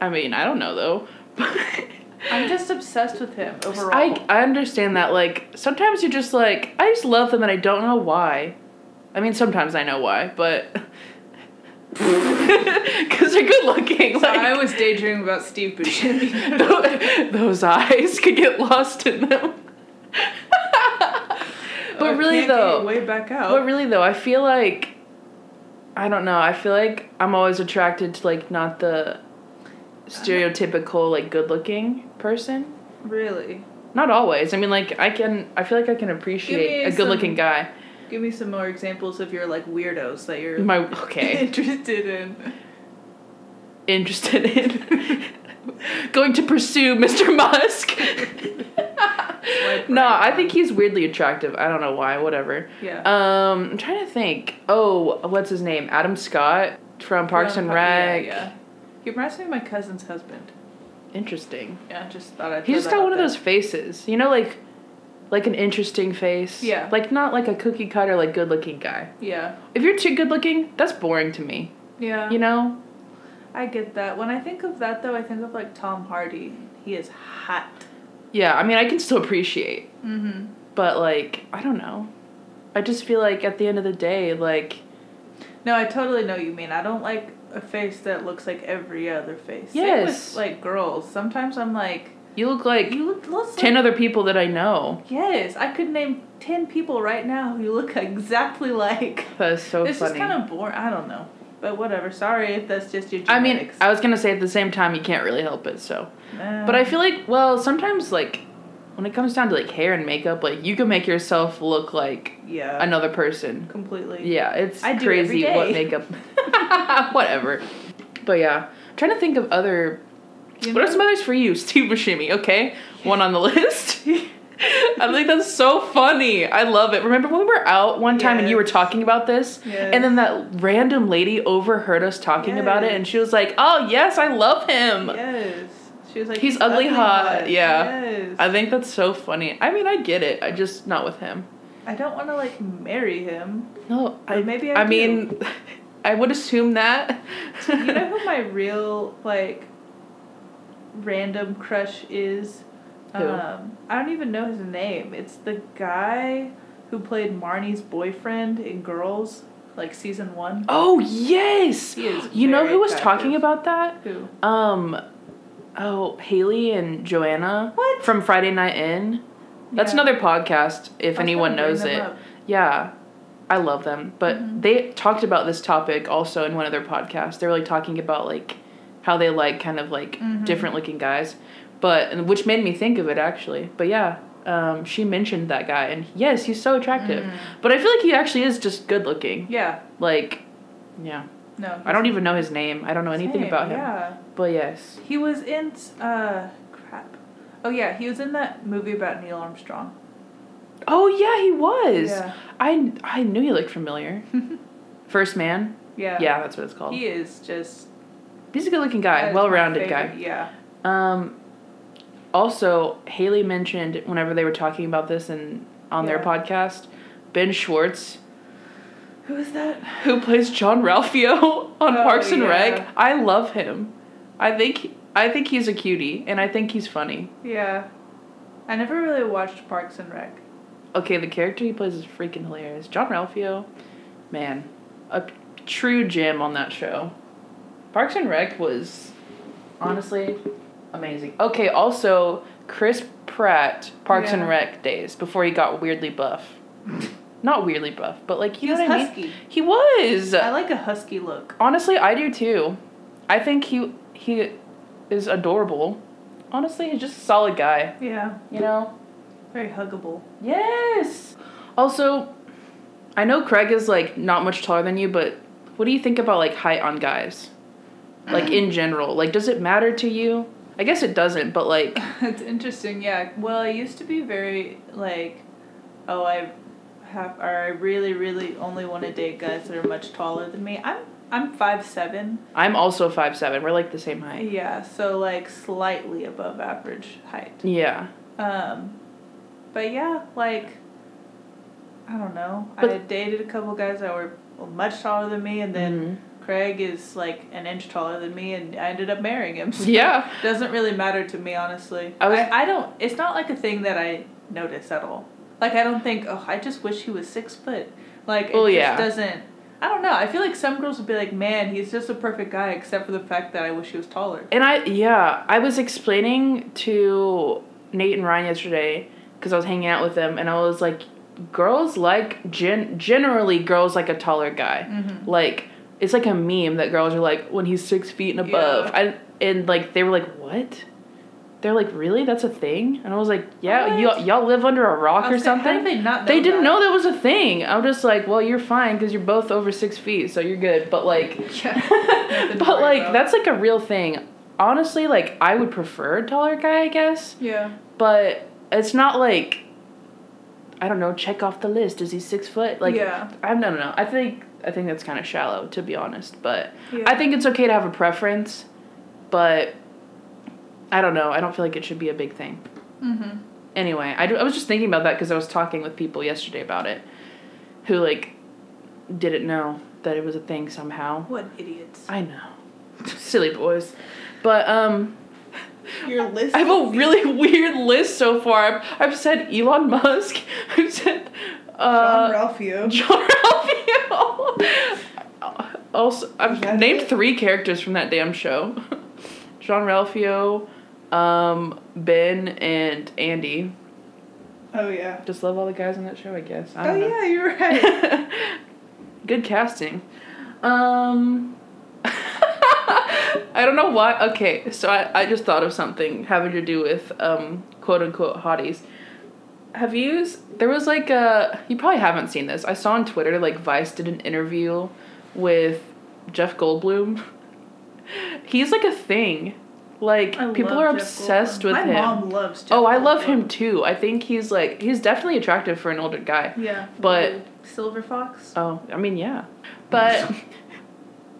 [SPEAKER 2] I mean, I don't know though. *laughs*
[SPEAKER 1] I'm just obsessed with him overall.
[SPEAKER 2] I, I understand that. Like, sometimes you're just like, I just love *laughs* them and I don't know why. I mean, sometimes I know why, but. because they're good looking.
[SPEAKER 1] So I
[SPEAKER 2] Like
[SPEAKER 1] was daydreaming about Steve
[SPEAKER 2] *laughs*
[SPEAKER 1] Buscemi.
[SPEAKER 2] tho- those eyes could get lost in them. *laughs*
[SPEAKER 1] I *laughs*
[SPEAKER 2] but really
[SPEAKER 1] can't get
[SPEAKER 2] though,
[SPEAKER 1] way back out.
[SPEAKER 2] But really though, I feel like I don't know. I feel like I'm always attracted to like not the stereotypical like good-looking person.
[SPEAKER 1] really,
[SPEAKER 2] Not always. I mean, like I can. I feel like I can appreciate a
[SPEAKER 1] some-
[SPEAKER 2] good-looking guy.
[SPEAKER 1] give me some more examples of your like weirdos that you're
[SPEAKER 2] My okay,
[SPEAKER 1] *laughs* interested in.
[SPEAKER 2] interested in *laughs* going to pursue Mr. Musk. *laughs*
[SPEAKER 1] Like,
[SPEAKER 2] no,
[SPEAKER 1] right
[SPEAKER 2] I think he's weirdly attractive. I don't know why. Whatever.
[SPEAKER 1] now. yeah.
[SPEAKER 2] Um, I'm trying to think. Oh, what's his name? Adam Scott from Parks
[SPEAKER 1] Yeah,
[SPEAKER 2] and
[SPEAKER 1] pa-
[SPEAKER 2] Rec.
[SPEAKER 1] Yeah, yeah. He reminds me of my cousin's husband.
[SPEAKER 2] Interesting.
[SPEAKER 1] Yeah, I just thought I'd.
[SPEAKER 2] He
[SPEAKER 1] throw
[SPEAKER 2] just
[SPEAKER 1] that
[SPEAKER 2] got
[SPEAKER 1] out
[SPEAKER 2] one of
[SPEAKER 1] there.
[SPEAKER 2] those faces, you know, like like an interesting face.
[SPEAKER 1] Yeah.
[SPEAKER 2] Like not like a cookie cutter, like good looking guy.
[SPEAKER 1] Yeah,
[SPEAKER 2] If you're too good looking, that's boring to me.
[SPEAKER 1] yeah.
[SPEAKER 2] You know,
[SPEAKER 1] I get that. When I think of that though, I think of like Tom Hardy. He is hot.
[SPEAKER 2] yeah. I mean, I can still appreciate,
[SPEAKER 1] Mm-hmm.
[SPEAKER 2] but like I don't know. I just feel like at the end of the day, like
[SPEAKER 1] No, I totally know what you mean. I don't like a face that looks like every other face. Same
[SPEAKER 2] Yes.
[SPEAKER 1] with like girls. Sometimes I'm like,
[SPEAKER 2] you look like
[SPEAKER 1] you look looks
[SPEAKER 2] ten
[SPEAKER 1] like
[SPEAKER 2] other people that I know.
[SPEAKER 1] Yes, I could name ten people right now who you look *laughs* exactly like.
[SPEAKER 2] That is so
[SPEAKER 1] it's
[SPEAKER 2] funny.
[SPEAKER 1] just kind of boring. I don't know, but whatever. Sorry if that's just your.
[SPEAKER 2] I mean,
[SPEAKER 1] Genetics.
[SPEAKER 2] I was gonna say at the same time, you can't really help it. So,
[SPEAKER 1] Uh,
[SPEAKER 2] but I feel like well, sometimes like when it comes down to like hair and makeup, like you can make yourself look like
[SPEAKER 1] yeah,
[SPEAKER 2] another person.
[SPEAKER 1] completely.
[SPEAKER 2] Yeah, it's
[SPEAKER 1] I do
[SPEAKER 2] crazy
[SPEAKER 1] every
[SPEAKER 2] what
[SPEAKER 1] day.
[SPEAKER 2] makeup. *laughs* Whatever. But yeah, I'm trying to think of other.
[SPEAKER 1] You
[SPEAKER 2] What are
[SPEAKER 1] know?
[SPEAKER 2] some others for you? Steve Buscemi, okay? One on the *laughs* list. *laughs*
[SPEAKER 1] *laughs*
[SPEAKER 2] I think that's so funny. I love it. Remember when we were out one time and you were
[SPEAKER 1] Yes.
[SPEAKER 2] talking about this?
[SPEAKER 1] Yes.
[SPEAKER 2] And then that random lady overheard us talking about it and she was like, oh, yes, I love him.
[SPEAKER 1] Yes, she was like,
[SPEAKER 2] He's ugly hot." Yeah.
[SPEAKER 1] Yes.
[SPEAKER 2] I think that's so funny. I mean, I get it. I just, not with him.
[SPEAKER 1] I don't want to like marry him.
[SPEAKER 2] No,
[SPEAKER 1] Or
[SPEAKER 2] I
[SPEAKER 1] maybe I
[SPEAKER 2] I
[SPEAKER 1] do.
[SPEAKER 2] mean, I would assume that.
[SPEAKER 1] You know who my real like random crush is?
[SPEAKER 2] Who?
[SPEAKER 1] Um I don't even know his name. It's the guy who played Marnie's boyfriend in Girls, like season one.
[SPEAKER 2] *laughs* oh yes,
[SPEAKER 1] He is
[SPEAKER 2] you know
[SPEAKER 1] very
[SPEAKER 2] who was
[SPEAKER 1] attractive.
[SPEAKER 2] talking about that?
[SPEAKER 1] Who?
[SPEAKER 2] Um, oh Haley and Joanna
[SPEAKER 1] What?
[SPEAKER 2] from Friday Night In. That's
[SPEAKER 1] Yeah.
[SPEAKER 2] another podcast. If
[SPEAKER 1] I was
[SPEAKER 2] anyone
[SPEAKER 1] gonna bring
[SPEAKER 2] knows
[SPEAKER 1] them
[SPEAKER 2] it,
[SPEAKER 1] up.
[SPEAKER 2] yeah, I love them. But
[SPEAKER 1] Mhm.
[SPEAKER 2] they talked about this topic also in one of their podcasts. They were like talking about like how they like kind of like
[SPEAKER 1] Mhm.
[SPEAKER 2] different looking guys, but and which made me think of it actually. But yeah. Um, she mentioned that guy, and yes, he's so attractive.
[SPEAKER 1] Mm.
[SPEAKER 2] But I feel like he actually is just good looking.
[SPEAKER 1] Yeah.
[SPEAKER 2] Like, yeah.
[SPEAKER 1] No.
[SPEAKER 2] I don't even know his name. I don't know anything
[SPEAKER 1] Same,
[SPEAKER 2] about him.
[SPEAKER 1] Yeah.
[SPEAKER 2] But yes.
[SPEAKER 1] He was in uh crap. Oh yeah, he was in that movie about Neil Armstrong.
[SPEAKER 2] Oh yeah, he was.
[SPEAKER 1] Yeah. *laughs*
[SPEAKER 2] I I knew he looked familiar. First man.
[SPEAKER 1] Yeah.
[SPEAKER 2] Yeah. that's what it's called.
[SPEAKER 1] He is just
[SPEAKER 2] He's a good-looking
[SPEAKER 1] that
[SPEAKER 2] guy,
[SPEAKER 1] is my
[SPEAKER 2] well-rounded
[SPEAKER 1] favorite.
[SPEAKER 2] guy.
[SPEAKER 1] Yeah.
[SPEAKER 2] Um. Also, Haley mentioned whenever they were talking about this and on their
[SPEAKER 1] Yeah.
[SPEAKER 2] podcast, Ben Schwartz,
[SPEAKER 1] Who is that?
[SPEAKER 2] who plays John Ralphio *laughs* on
[SPEAKER 1] Oh,
[SPEAKER 2] Parks and
[SPEAKER 1] yeah.
[SPEAKER 2] Rec. I love him. I think I think he's a cutie, and I think he's funny.
[SPEAKER 1] Yeah. I never really watched Parks and Rec.
[SPEAKER 2] Okay, the character he plays is freaking hilarious. John Ralphio, man, a p- true gem on that show. Parks and Rec was honestly amazing. Okay, also Chris Pratt, Parks and
[SPEAKER 1] Yeah.
[SPEAKER 2] Rec days before he got weirdly buff.
[SPEAKER 1] *laughs*
[SPEAKER 2] Not weirdly buff, but like you
[SPEAKER 1] He's
[SPEAKER 2] know what I mean.
[SPEAKER 1] husky.
[SPEAKER 2] He was.
[SPEAKER 1] I like a husky look.
[SPEAKER 2] honestly, I do too. I think he he is adorable. Honestly, he's just a solid guy.
[SPEAKER 1] Yeah.
[SPEAKER 2] You know.
[SPEAKER 1] Very huggable.
[SPEAKER 2] Yes. Also, I know Craig is like not much taller than you, but what do you think about like height on guys? Like in general, like does it matter to you? I guess it doesn't, but like
[SPEAKER 1] it's interesting, yeah. Well, I used to be very like oh I have or I really, really only want to date guys that are much taller than me. I'm I'm five seven.
[SPEAKER 2] I'm also five seven. We're like the same height.
[SPEAKER 1] Yeah, so like slightly above average height.
[SPEAKER 2] Yeah.
[SPEAKER 1] Um, but yeah, like, I don't know. I
[SPEAKER 2] But-
[SPEAKER 1] dated a couple guys that were much taller than me, and then Craig is like an inch taller than me, and I ended up marrying him. So
[SPEAKER 2] Mm-hmm. Yeah.
[SPEAKER 1] it doesn't really matter to me, honestly.
[SPEAKER 2] I
[SPEAKER 1] I,
[SPEAKER 2] was-
[SPEAKER 1] I, don't, it's not like a thing that I notice at all. Like, I don't think, oh, I just wish he was six foot. Like, it
[SPEAKER 2] Well,
[SPEAKER 1] just
[SPEAKER 2] yeah.
[SPEAKER 1] doesn't, I don't know. I feel like some girls would be like, man, he's just a perfect guy, except for the fact that I wish he was taller.
[SPEAKER 2] And I, yeah, I was explaining to Nate and Ryan yesterday because I was hanging out with them, and I was like, girls like gen- generally girls like a taller guy. Like it's like a meme that girls are like when he's six feet and above.
[SPEAKER 1] Yeah.
[SPEAKER 2] I, and like they were like, what? They're like, really? That's a thing? And I was like, yeah,
[SPEAKER 1] What?
[SPEAKER 2] y'all, y'all live under a rock
[SPEAKER 1] I
[SPEAKER 2] or
[SPEAKER 1] was gonna- How
[SPEAKER 2] something.
[SPEAKER 1] did they not know
[SPEAKER 2] They didn't
[SPEAKER 1] that?
[SPEAKER 2] know that was a thing. I'm just like, well, you're fine because you're both over six feet, so you're good. But
[SPEAKER 1] *laughs*
[SPEAKER 2] like,
[SPEAKER 1] Yeah.
[SPEAKER 2] *laughs* but like that's like a real thing. Honestly, like I would prefer a taller guy, I guess.
[SPEAKER 1] Yeah.
[SPEAKER 2] But it's not like I don't know. Check off the list. Is he six foot? Like
[SPEAKER 1] yeah.
[SPEAKER 2] I'm no no no. I think I think that's kind of shallow to be honest. But
[SPEAKER 1] yeah.
[SPEAKER 2] I think it's okay to have a preference. But I don't know. I don't feel like it should be a big thing.
[SPEAKER 1] Mm-hmm.
[SPEAKER 2] Anyway, I, do, I was just thinking about that because I was talking with people yesterday about it, who like didn't know that it was a thing somehow.
[SPEAKER 1] What idiots.
[SPEAKER 2] I know. *laughs* Silly boys. But um
[SPEAKER 1] Your list.
[SPEAKER 2] I have a really weird list so far. I've, I've said Elon Musk. *laughs* I've said uh
[SPEAKER 1] Ralphio.
[SPEAKER 2] John Ralphio. also I've
[SPEAKER 1] That's
[SPEAKER 2] named
[SPEAKER 1] it.
[SPEAKER 2] three characters from that damn show. John Ralphio, um, Ben and Andy.
[SPEAKER 1] Oh yeah.
[SPEAKER 2] Just love all the guys on that show, I guess. I
[SPEAKER 1] Oh
[SPEAKER 2] don't know.
[SPEAKER 1] yeah, you're right.
[SPEAKER 2] *laughs* Good casting. Um, *laughs* I don't know why. Okay, so I, I just thought of something having to do with um, quote unquote hotties. Have you? s- There was like a. You probably haven't seen this. I saw on Twitter like Vice did an interview with Jeff Goldblum. *laughs* He's like a thing. Like
[SPEAKER 1] I
[SPEAKER 2] people
[SPEAKER 1] love
[SPEAKER 2] are
[SPEAKER 1] Jeff
[SPEAKER 2] obsessed
[SPEAKER 1] Goldblum.
[SPEAKER 2] with
[SPEAKER 1] My
[SPEAKER 2] him.
[SPEAKER 1] mom loves. Jeff
[SPEAKER 2] oh, I love
[SPEAKER 1] Goldblum.
[SPEAKER 2] him too. I think he's like he's definitely attractive for an older guy.
[SPEAKER 1] Yeah.
[SPEAKER 2] But-
[SPEAKER 1] Silver Fox.
[SPEAKER 2] Oh, I mean, yeah. But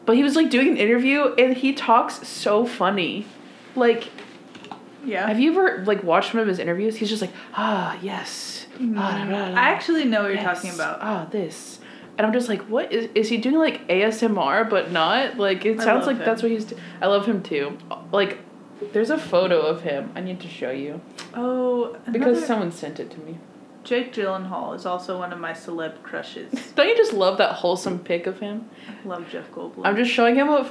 [SPEAKER 2] but he was like doing an interview and he talks so funny. Like,
[SPEAKER 1] Yeah.
[SPEAKER 2] have you ever like watched one of his interviews? He's just like, "Ah, yes." Ah, da, da, da,
[SPEAKER 1] Mm. Mm-hmm. I actually know what you're
[SPEAKER 2] yes.
[SPEAKER 1] talking about.
[SPEAKER 2] Ah, this. And I'm just like, "What is is he doing like ASMR but not?" Like it
[SPEAKER 1] I
[SPEAKER 2] sounds
[SPEAKER 1] love
[SPEAKER 2] like
[SPEAKER 1] him.
[SPEAKER 2] that's what he's do- I love him too. Like there's a photo of him I need to show you
[SPEAKER 1] Oh,
[SPEAKER 2] because
[SPEAKER 1] another-
[SPEAKER 2] someone sent it to me. *laughs*
[SPEAKER 1] Jake Gyllenhaal is also one of my celeb
[SPEAKER 2] *laughs*
[SPEAKER 1] crushes.
[SPEAKER 2] Don't you just love that wholesome pic of him?
[SPEAKER 1] Love Jeff Goldblum.
[SPEAKER 2] I'm just showing him a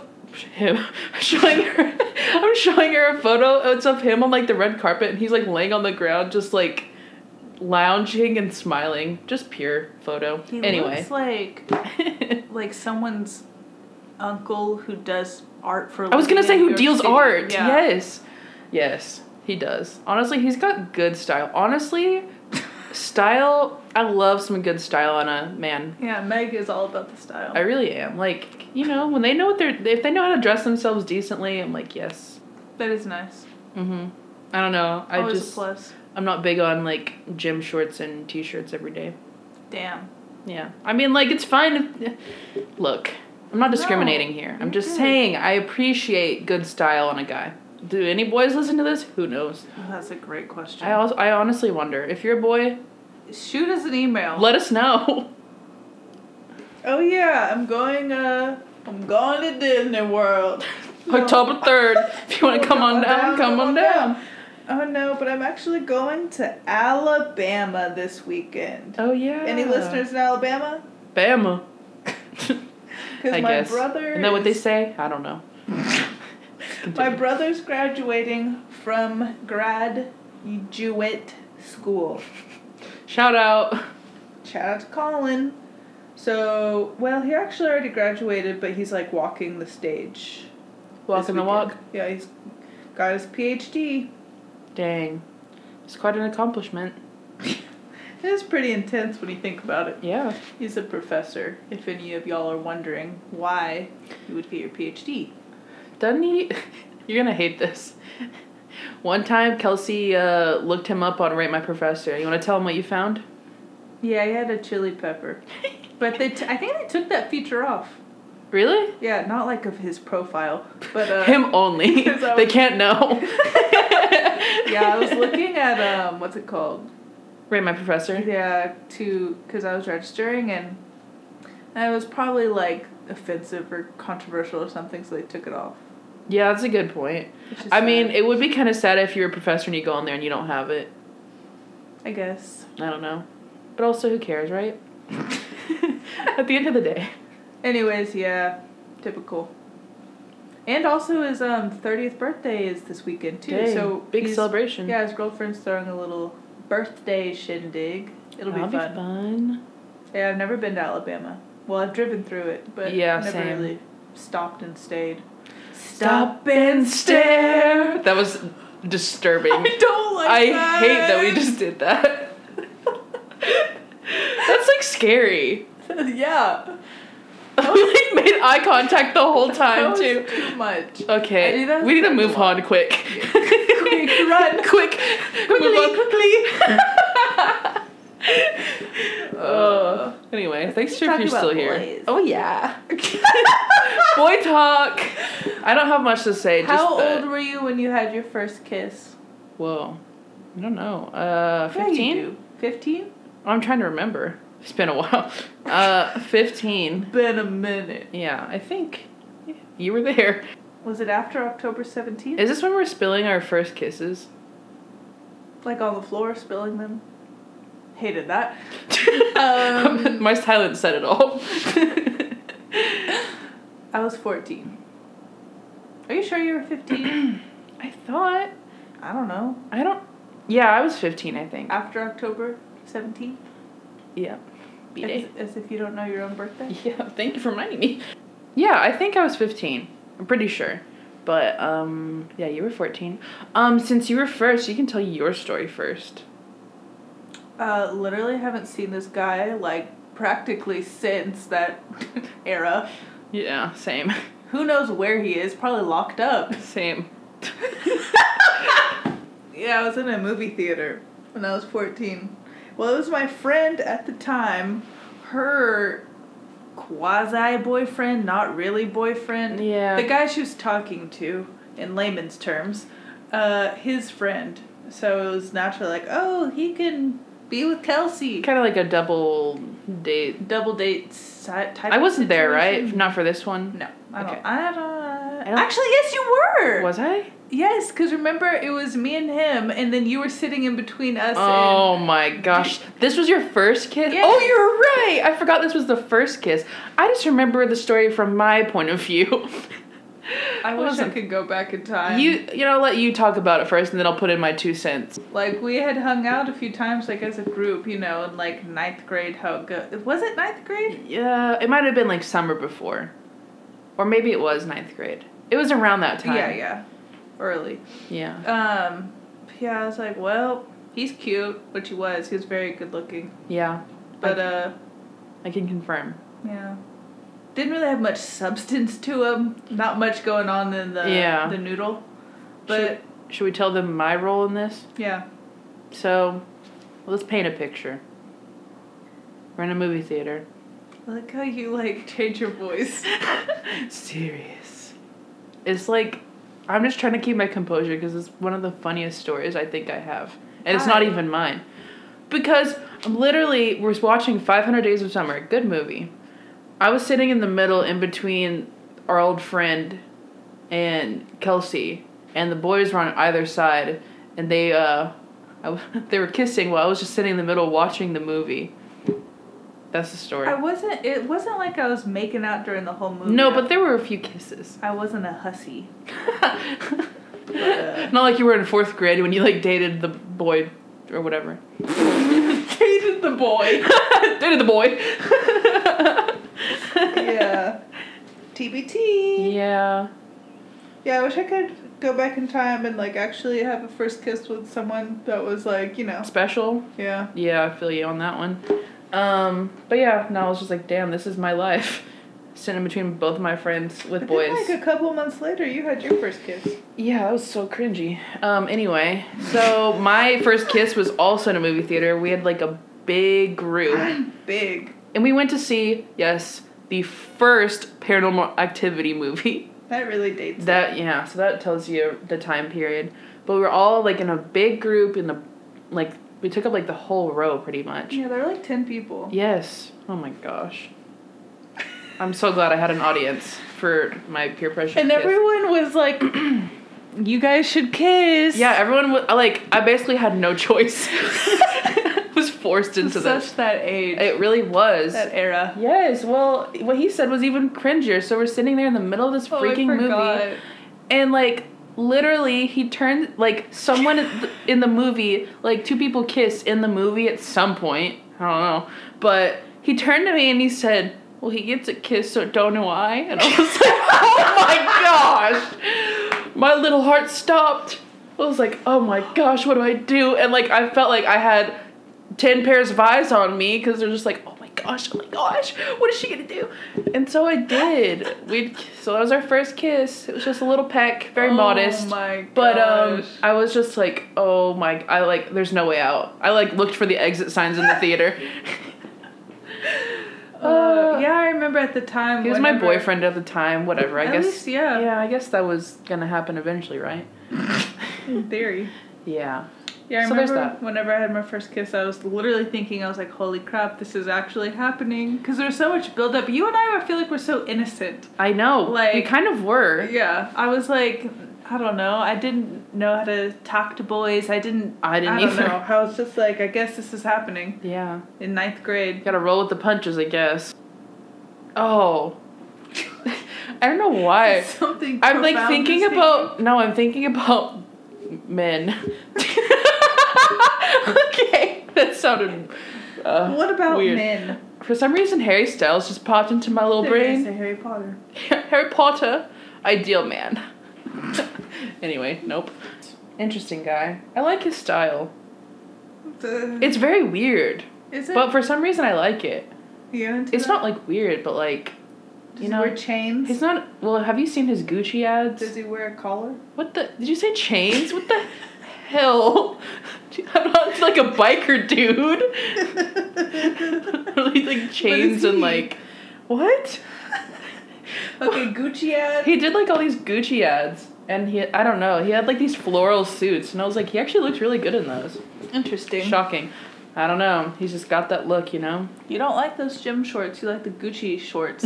[SPEAKER 2] him *laughs* showing her *laughs* I'm showing her a photo. It's of him on like the red carpet and he's like laying on the ground just like lounging and smiling. Just pure photo.
[SPEAKER 1] he
[SPEAKER 2] anyway.
[SPEAKER 1] looks like like someone's uncle who does art for.
[SPEAKER 2] *laughs* I was gonna say who deals art.
[SPEAKER 1] Yeah.
[SPEAKER 2] Yes. Yes, he does. Honestly, he's got good style. Honestly, style I love some good style on a man.
[SPEAKER 1] *laughs* Yeah, Meg is all about the style.
[SPEAKER 2] I really am. Like, you know, when they know what they're if they know how to dress themselves decently, I'm like, yes.
[SPEAKER 1] that is nice.
[SPEAKER 2] Mm-hmm. I don't know. I
[SPEAKER 1] Always
[SPEAKER 2] just
[SPEAKER 1] a plus.
[SPEAKER 2] I'm not big on like gym shorts and t-shirts every day.
[SPEAKER 1] Damn.
[SPEAKER 2] Yeah. I mean like it's fine if *laughs* look, I'm not
[SPEAKER 1] No,
[SPEAKER 2] discriminating here. I'm
[SPEAKER 1] you're
[SPEAKER 2] just
[SPEAKER 1] good.
[SPEAKER 2] saying I appreciate good style on a guy. Do any boys listen to this? Who knows?
[SPEAKER 1] That's a great question.
[SPEAKER 2] I also I honestly wonder if you're a boy,
[SPEAKER 1] Shoot us an email.
[SPEAKER 2] let us know. *laughs*
[SPEAKER 1] oh yeah, I'm going. Uh, I'm going to Disney World.
[SPEAKER 2] October
[SPEAKER 1] *laughs*
[SPEAKER 2] 3rd. If *laughs* you want to come on down, come on down.
[SPEAKER 1] Oh no, but I'm actually going to Alabama this weekend.
[SPEAKER 2] Oh yeah.
[SPEAKER 1] Any listeners in Alabama? *laughs*
[SPEAKER 2] Bama.
[SPEAKER 1] Because
[SPEAKER 2] I
[SPEAKER 1] my
[SPEAKER 2] guess.
[SPEAKER 1] brother
[SPEAKER 2] Isn't that what they
[SPEAKER 1] is-
[SPEAKER 2] say? I don't know.
[SPEAKER 1] My *laughs*
[SPEAKER 2] Continue.
[SPEAKER 1] brother's graduating from grad Jewett school.
[SPEAKER 2] Shout out.
[SPEAKER 1] Shout out to Colin. So, well, he actually already graduated, but he's like walking the stage.
[SPEAKER 2] Walk
[SPEAKER 1] this
[SPEAKER 2] in the
[SPEAKER 1] weekend.
[SPEAKER 2] walk.
[SPEAKER 1] Yeah, he's got his PhD.
[SPEAKER 2] Dang. It's quite an accomplishment.
[SPEAKER 1] *laughs* It is pretty intense when you think about it.
[SPEAKER 2] Yeah.
[SPEAKER 1] He's a professor, if any of y'all are wondering why you would get your PhD.
[SPEAKER 2] Doesn't he? *laughs* You're gonna hate this. One time, Kelsey uh, looked him up on Rate My Professor. You wanna tell him what you found?
[SPEAKER 1] Yeah, he had a chili *laughs* pepper. But they, t- I think they took that feature off.
[SPEAKER 2] Really?
[SPEAKER 1] Yeah, not like of his profile, but uh,
[SPEAKER 2] him only.
[SPEAKER 1] because I
[SPEAKER 2] they
[SPEAKER 1] was-
[SPEAKER 2] can't know.
[SPEAKER 1] *laughs* Yeah, I was looking at um, what's it called?
[SPEAKER 2] Rate My Professor.
[SPEAKER 1] Yeah, to because I was registering and and it was probably like offensive or controversial or something, so they took it off.
[SPEAKER 2] Yeah, that's a good point.
[SPEAKER 1] which is
[SPEAKER 2] I mean,
[SPEAKER 1] sad,
[SPEAKER 2] it would be kind of sad if you're a professor and you go on there and you don't have it.
[SPEAKER 1] I guess *laughs*
[SPEAKER 2] *laughs* I don't know. But also, who cares, right? At the end of the day.
[SPEAKER 1] Anyways, yeah, typical. And also his um thirtieth birthday is this weekend too.
[SPEAKER 2] Dang,
[SPEAKER 1] so
[SPEAKER 2] big
[SPEAKER 1] he's-
[SPEAKER 2] celebration.
[SPEAKER 1] Yeah, his girlfriend's throwing a little birthday shindig. It'll be
[SPEAKER 2] That'll
[SPEAKER 1] fun.
[SPEAKER 2] be fun.
[SPEAKER 1] Yeah, I've never been to Alabama. Well, I've driven through it, but
[SPEAKER 2] Yeah,
[SPEAKER 1] never
[SPEAKER 2] same.
[SPEAKER 1] really stopped and stayed.
[SPEAKER 2] Stop and stare. That was disturbing. I,
[SPEAKER 1] *laughs* I don't like that.
[SPEAKER 2] hate that we just did that. That's like scary.
[SPEAKER 1] *laughs* yeah.
[SPEAKER 2] *laughs* We like made eye contact the whole
[SPEAKER 1] That
[SPEAKER 2] time
[SPEAKER 1] was
[SPEAKER 2] too.
[SPEAKER 1] too much. I
[SPEAKER 2] Okay,
[SPEAKER 1] do that
[SPEAKER 2] we need to
[SPEAKER 1] so
[SPEAKER 2] move on quick.
[SPEAKER 1] Quick,
[SPEAKER 2] *laughs*
[SPEAKER 1] run.
[SPEAKER 2] quick, quickly, move on. *laughs* quickly. uh, anyway, thanks Trip,
[SPEAKER 1] talk
[SPEAKER 2] you're still
[SPEAKER 1] about
[SPEAKER 2] here.
[SPEAKER 1] boys.
[SPEAKER 2] Oh yeah, boy
[SPEAKER 1] *laughs*
[SPEAKER 2] talk. I don't have much to say. Just
[SPEAKER 1] How
[SPEAKER 2] that-
[SPEAKER 1] old were you when you had your first kiss?
[SPEAKER 2] Whoa, I don't know. Uh, fifteen.
[SPEAKER 1] Fifteen?
[SPEAKER 2] I'm trying to remember. It's been a while. Uh, fifteen.
[SPEAKER 1] Been a minute.
[SPEAKER 2] Yeah, I think you were there.
[SPEAKER 1] Was it after October seventeenth?
[SPEAKER 2] Is this when we're spilling our first kisses?
[SPEAKER 1] Like on the floor, spilling them. Hated
[SPEAKER 2] *laughs*
[SPEAKER 1] that.
[SPEAKER 2] Um, *laughs* My silence said it all.
[SPEAKER 1] I was fourteen. Are you sure you were fifteen?
[SPEAKER 2] *laughs* *clears throat* I thought
[SPEAKER 1] I don't know.
[SPEAKER 2] I don't. Yeah, I was fifteen. I think.
[SPEAKER 1] After October seventeenth.
[SPEAKER 2] Yeah. B day.
[SPEAKER 1] As, as if you don't know your own birthday.
[SPEAKER 2] *laughs* Yeah. Thank you for reminding me. Yeah, I think I was fifteen. I'm pretty sure. But um, yeah, you were fourteen. Um, since you were first, you can tell your story first.
[SPEAKER 1] Uh, literally haven't seen this guy like practically since that *laughs* era.
[SPEAKER 2] Yeah. Same. *laughs*
[SPEAKER 1] Who knows where he is? Probably locked up.
[SPEAKER 2] Same.
[SPEAKER 1] *laughs* Yeah, I was in a movie theater when I was 14. Well, it was my friend at the time, her quasi boyfriend, not really boyfriend.
[SPEAKER 2] Yeah.
[SPEAKER 1] The guy she was talking to, in layman's terms, uh, his friend. So it was naturally like, oh, he can be with Kelsey.
[SPEAKER 2] Kind of like a double date.
[SPEAKER 1] Double date si- type
[SPEAKER 2] I
[SPEAKER 1] of
[SPEAKER 2] wasn't there, right?
[SPEAKER 1] situation.
[SPEAKER 2] Not for this one.
[SPEAKER 1] No, I
[SPEAKER 2] Okay.
[SPEAKER 1] don't. I don't.
[SPEAKER 2] don't-
[SPEAKER 1] Actually, yes, you were.
[SPEAKER 2] Was I?
[SPEAKER 1] Yes, because remember it was me and him, and then you were sitting in between us.
[SPEAKER 2] Oh my gosh. This was your first kiss?
[SPEAKER 1] Yes.
[SPEAKER 2] Oh, you're right. I forgot this was the first kiss. I just remember the story from my point of view.
[SPEAKER 1] and *laughs* I wish I
[SPEAKER 2] wasn't-
[SPEAKER 1] could go back in time.
[SPEAKER 2] you you know, I'll let you talk about it first and then I'll put in my two cents.
[SPEAKER 1] like we had hung out a few times, like as a group, you know, in like ninth grade. How it go- was it ninth grade?
[SPEAKER 2] Yeah, it might have been like summer before. Or maybe it was ninth grade. It was around that time.
[SPEAKER 1] Yeah, yeah, early.
[SPEAKER 2] Yeah.
[SPEAKER 1] Um, yeah, I was like, well, he's cute, which he was. He was very good looking,
[SPEAKER 2] Yeah.
[SPEAKER 1] but uh,
[SPEAKER 2] I can confirm.
[SPEAKER 1] yeah. Didn't really have much substance to him. Not much going on in the
[SPEAKER 2] Yeah.
[SPEAKER 1] the noodle, but
[SPEAKER 2] Should we tell them my role in this?
[SPEAKER 1] yeah.
[SPEAKER 2] So let's paint a picture. We're in a movie theater.
[SPEAKER 1] I like how you like *laughs* change your voice.
[SPEAKER 2] serious. It's like I'm just trying to keep my composure because it's one of the funniest stories I think I have, and it's not
[SPEAKER 1] Why?
[SPEAKER 2] even mine. Because I'm literally we're watching 500 Days of Summer, good movie. I was sitting in the middle in between our old friend and Kelsey, and the boys were on either side, and they uh, I w- *laughs* they were kissing while I was just sitting in the middle watching the movie. That's the story.
[SPEAKER 1] I wasn't. It wasn't like I was making out during the whole movie.
[SPEAKER 2] no, but there were a few kisses.
[SPEAKER 1] I wasn't a hussy. *laughs*
[SPEAKER 2] Not like you were in fourth grade when you like dated the boy or
[SPEAKER 1] *laughs*
[SPEAKER 2] whatever.
[SPEAKER 1] Hated the boy.
[SPEAKER 2] *laughs* dated the boy.
[SPEAKER 1] *laughs* yeah. TBT.
[SPEAKER 2] Yeah.
[SPEAKER 1] Yeah, I wish I could go back in time and like actually have a first kiss with someone that was like you know.
[SPEAKER 2] Special.
[SPEAKER 1] Yeah.
[SPEAKER 2] Yeah, I feel you on that one. Um, but yeah, no, I was just like, damn, this is my life. Sitting in between both of my friends with
[SPEAKER 1] But
[SPEAKER 2] boys.
[SPEAKER 1] Then, like a couple months later, you had your first kiss.
[SPEAKER 2] Yeah, that was so cringy. Um, anyway, so my first kiss was also in a movie theater. We had like a big group.
[SPEAKER 1] Big.
[SPEAKER 2] And we went to see, yes, the first paranormal activity movie. *laughs*
[SPEAKER 1] That really dates.
[SPEAKER 2] That yeah, so that tells you the time period. But we were all like in a big group in the like we took up like the whole row pretty much.
[SPEAKER 1] Yeah, there were like ten people.
[SPEAKER 2] Yes. Oh my gosh. I'm so glad I had an audience for my peer pressure.
[SPEAKER 1] And
[SPEAKER 2] kiss.
[SPEAKER 1] everyone was like, *clears throat* "You guys should kiss." *laughs*
[SPEAKER 2] Yeah, everyone *laughs* was like I basically had no choice. was forced into this.
[SPEAKER 3] Such that age,
[SPEAKER 2] It really was.
[SPEAKER 3] that era.
[SPEAKER 2] Yes, well, what he said was even cringier. So we're sitting there in the middle of this
[SPEAKER 3] Oh, I
[SPEAKER 2] freaking movie,
[SPEAKER 3] forgot.
[SPEAKER 2] and like literally, he turned like someone in the- in the movie, like two people kiss in the movie at some point. I don't know, but he turned to me and he said, "Well, he gets a kiss, so don't know why." And I was like, *laughs* "Oh my gosh!" My little heart stopped. I was like, "Oh my gosh, what do I do?" And like I felt like I had ten pairs of eyes on me because they're just like, oh my gosh, oh my gosh, what is she gonna do? And so I did. We so that was our first kiss. It was just a little peck, very
[SPEAKER 3] Oh
[SPEAKER 2] modest.
[SPEAKER 3] my gosh.
[SPEAKER 2] But um, I was just like, oh my, I like, there's no way out. I like looked for the exit signs in the
[SPEAKER 1] *laughs*
[SPEAKER 2] theater. *laughs*
[SPEAKER 1] Uh,
[SPEAKER 2] Uh,
[SPEAKER 1] yeah, I remember at the time.
[SPEAKER 2] He was my
[SPEAKER 1] whenever-
[SPEAKER 2] boyfriend at the time. Whatever, I
[SPEAKER 1] At
[SPEAKER 2] guess.
[SPEAKER 1] least, yeah,
[SPEAKER 2] yeah, I guess that was gonna happen eventually, right?
[SPEAKER 1] In theory.
[SPEAKER 2] Yeah.
[SPEAKER 1] Yeah, I
[SPEAKER 2] So there's
[SPEAKER 1] remember
[SPEAKER 2] that.
[SPEAKER 1] whenever I had my first kiss, I was literally thinking, I was like, holy crap, this is actually happening. Because there's so much buildup. You and I, I feel like we're so innocent.
[SPEAKER 2] I know. we
[SPEAKER 1] Like-
[SPEAKER 2] kind of were.
[SPEAKER 1] Yeah, I was like, I don't know. I didn't know how to talk to boys. I didn't.
[SPEAKER 2] I didn't
[SPEAKER 1] I don't
[SPEAKER 2] either.
[SPEAKER 1] know. I was just like, I guess this is happening
[SPEAKER 2] Yeah.
[SPEAKER 1] in ninth grade.
[SPEAKER 2] Gotta roll with the punches, I guess. Oh. *laughs* I don't know why.
[SPEAKER 1] *laughs* Something.
[SPEAKER 2] I'm like
[SPEAKER 1] profound
[SPEAKER 2] thinking
[SPEAKER 1] is
[SPEAKER 2] about. No, I'm thinking about men. *laughs* okay, that sounded. Uh,
[SPEAKER 1] What about
[SPEAKER 2] weird.
[SPEAKER 1] men?
[SPEAKER 2] For some reason, Harry Styles just popped into my little
[SPEAKER 1] They're gonna
[SPEAKER 2] brain.
[SPEAKER 1] Say Harry Potter.
[SPEAKER 2] *laughs* Harry Potter, ideal man. *laughs* anyway, nope. Interesting guy. I like his style.
[SPEAKER 1] It's,
[SPEAKER 2] It's very weird,
[SPEAKER 1] is it?
[SPEAKER 2] but for some reason, I like it.
[SPEAKER 1] you into
[SPEAKER 2] It's
[SPEAKER 1] that?
[SPEAKER 2] not like weird, but like. You
[SPEAKER 1] Does he
[SPEAKER 2] know,
[SPEAKER 1] wear chains?
[SPEAKER 2] He's not. Well, have you seen his Gucci ads?
[SPEAKER 1] Does he wear a collar?
[SPEAKER 2] *laughs*
[SPEAKER 1] *laughs*
[SPEAKER 2] What the? Did you say chains? What the hell? *laughs* I'm not like a biker dude. *laughs* really like chains and
[SPEAKER 1] he?
[SPEAKER 2] like what?
[SPEAKER 1] *laughs*
[SPEAKER 2] *laughs*
[SPEAKER 1] Okay, Gucci ad.
[SPEAKER 2] He did like all these Gucci ads, and he I don't know. He had like these floral suits, and I was like, he actually looks really good in those.
[SPEAKER 1] Interesting.
[SPEAKER 2] Shocking. I don't know. He's just got that look, you know.
[SPEAKER 1] You don't like those gym shorts. You like the
[SPEAKER 2] *laughs*
[SPEAKER 1] Gucci shorts.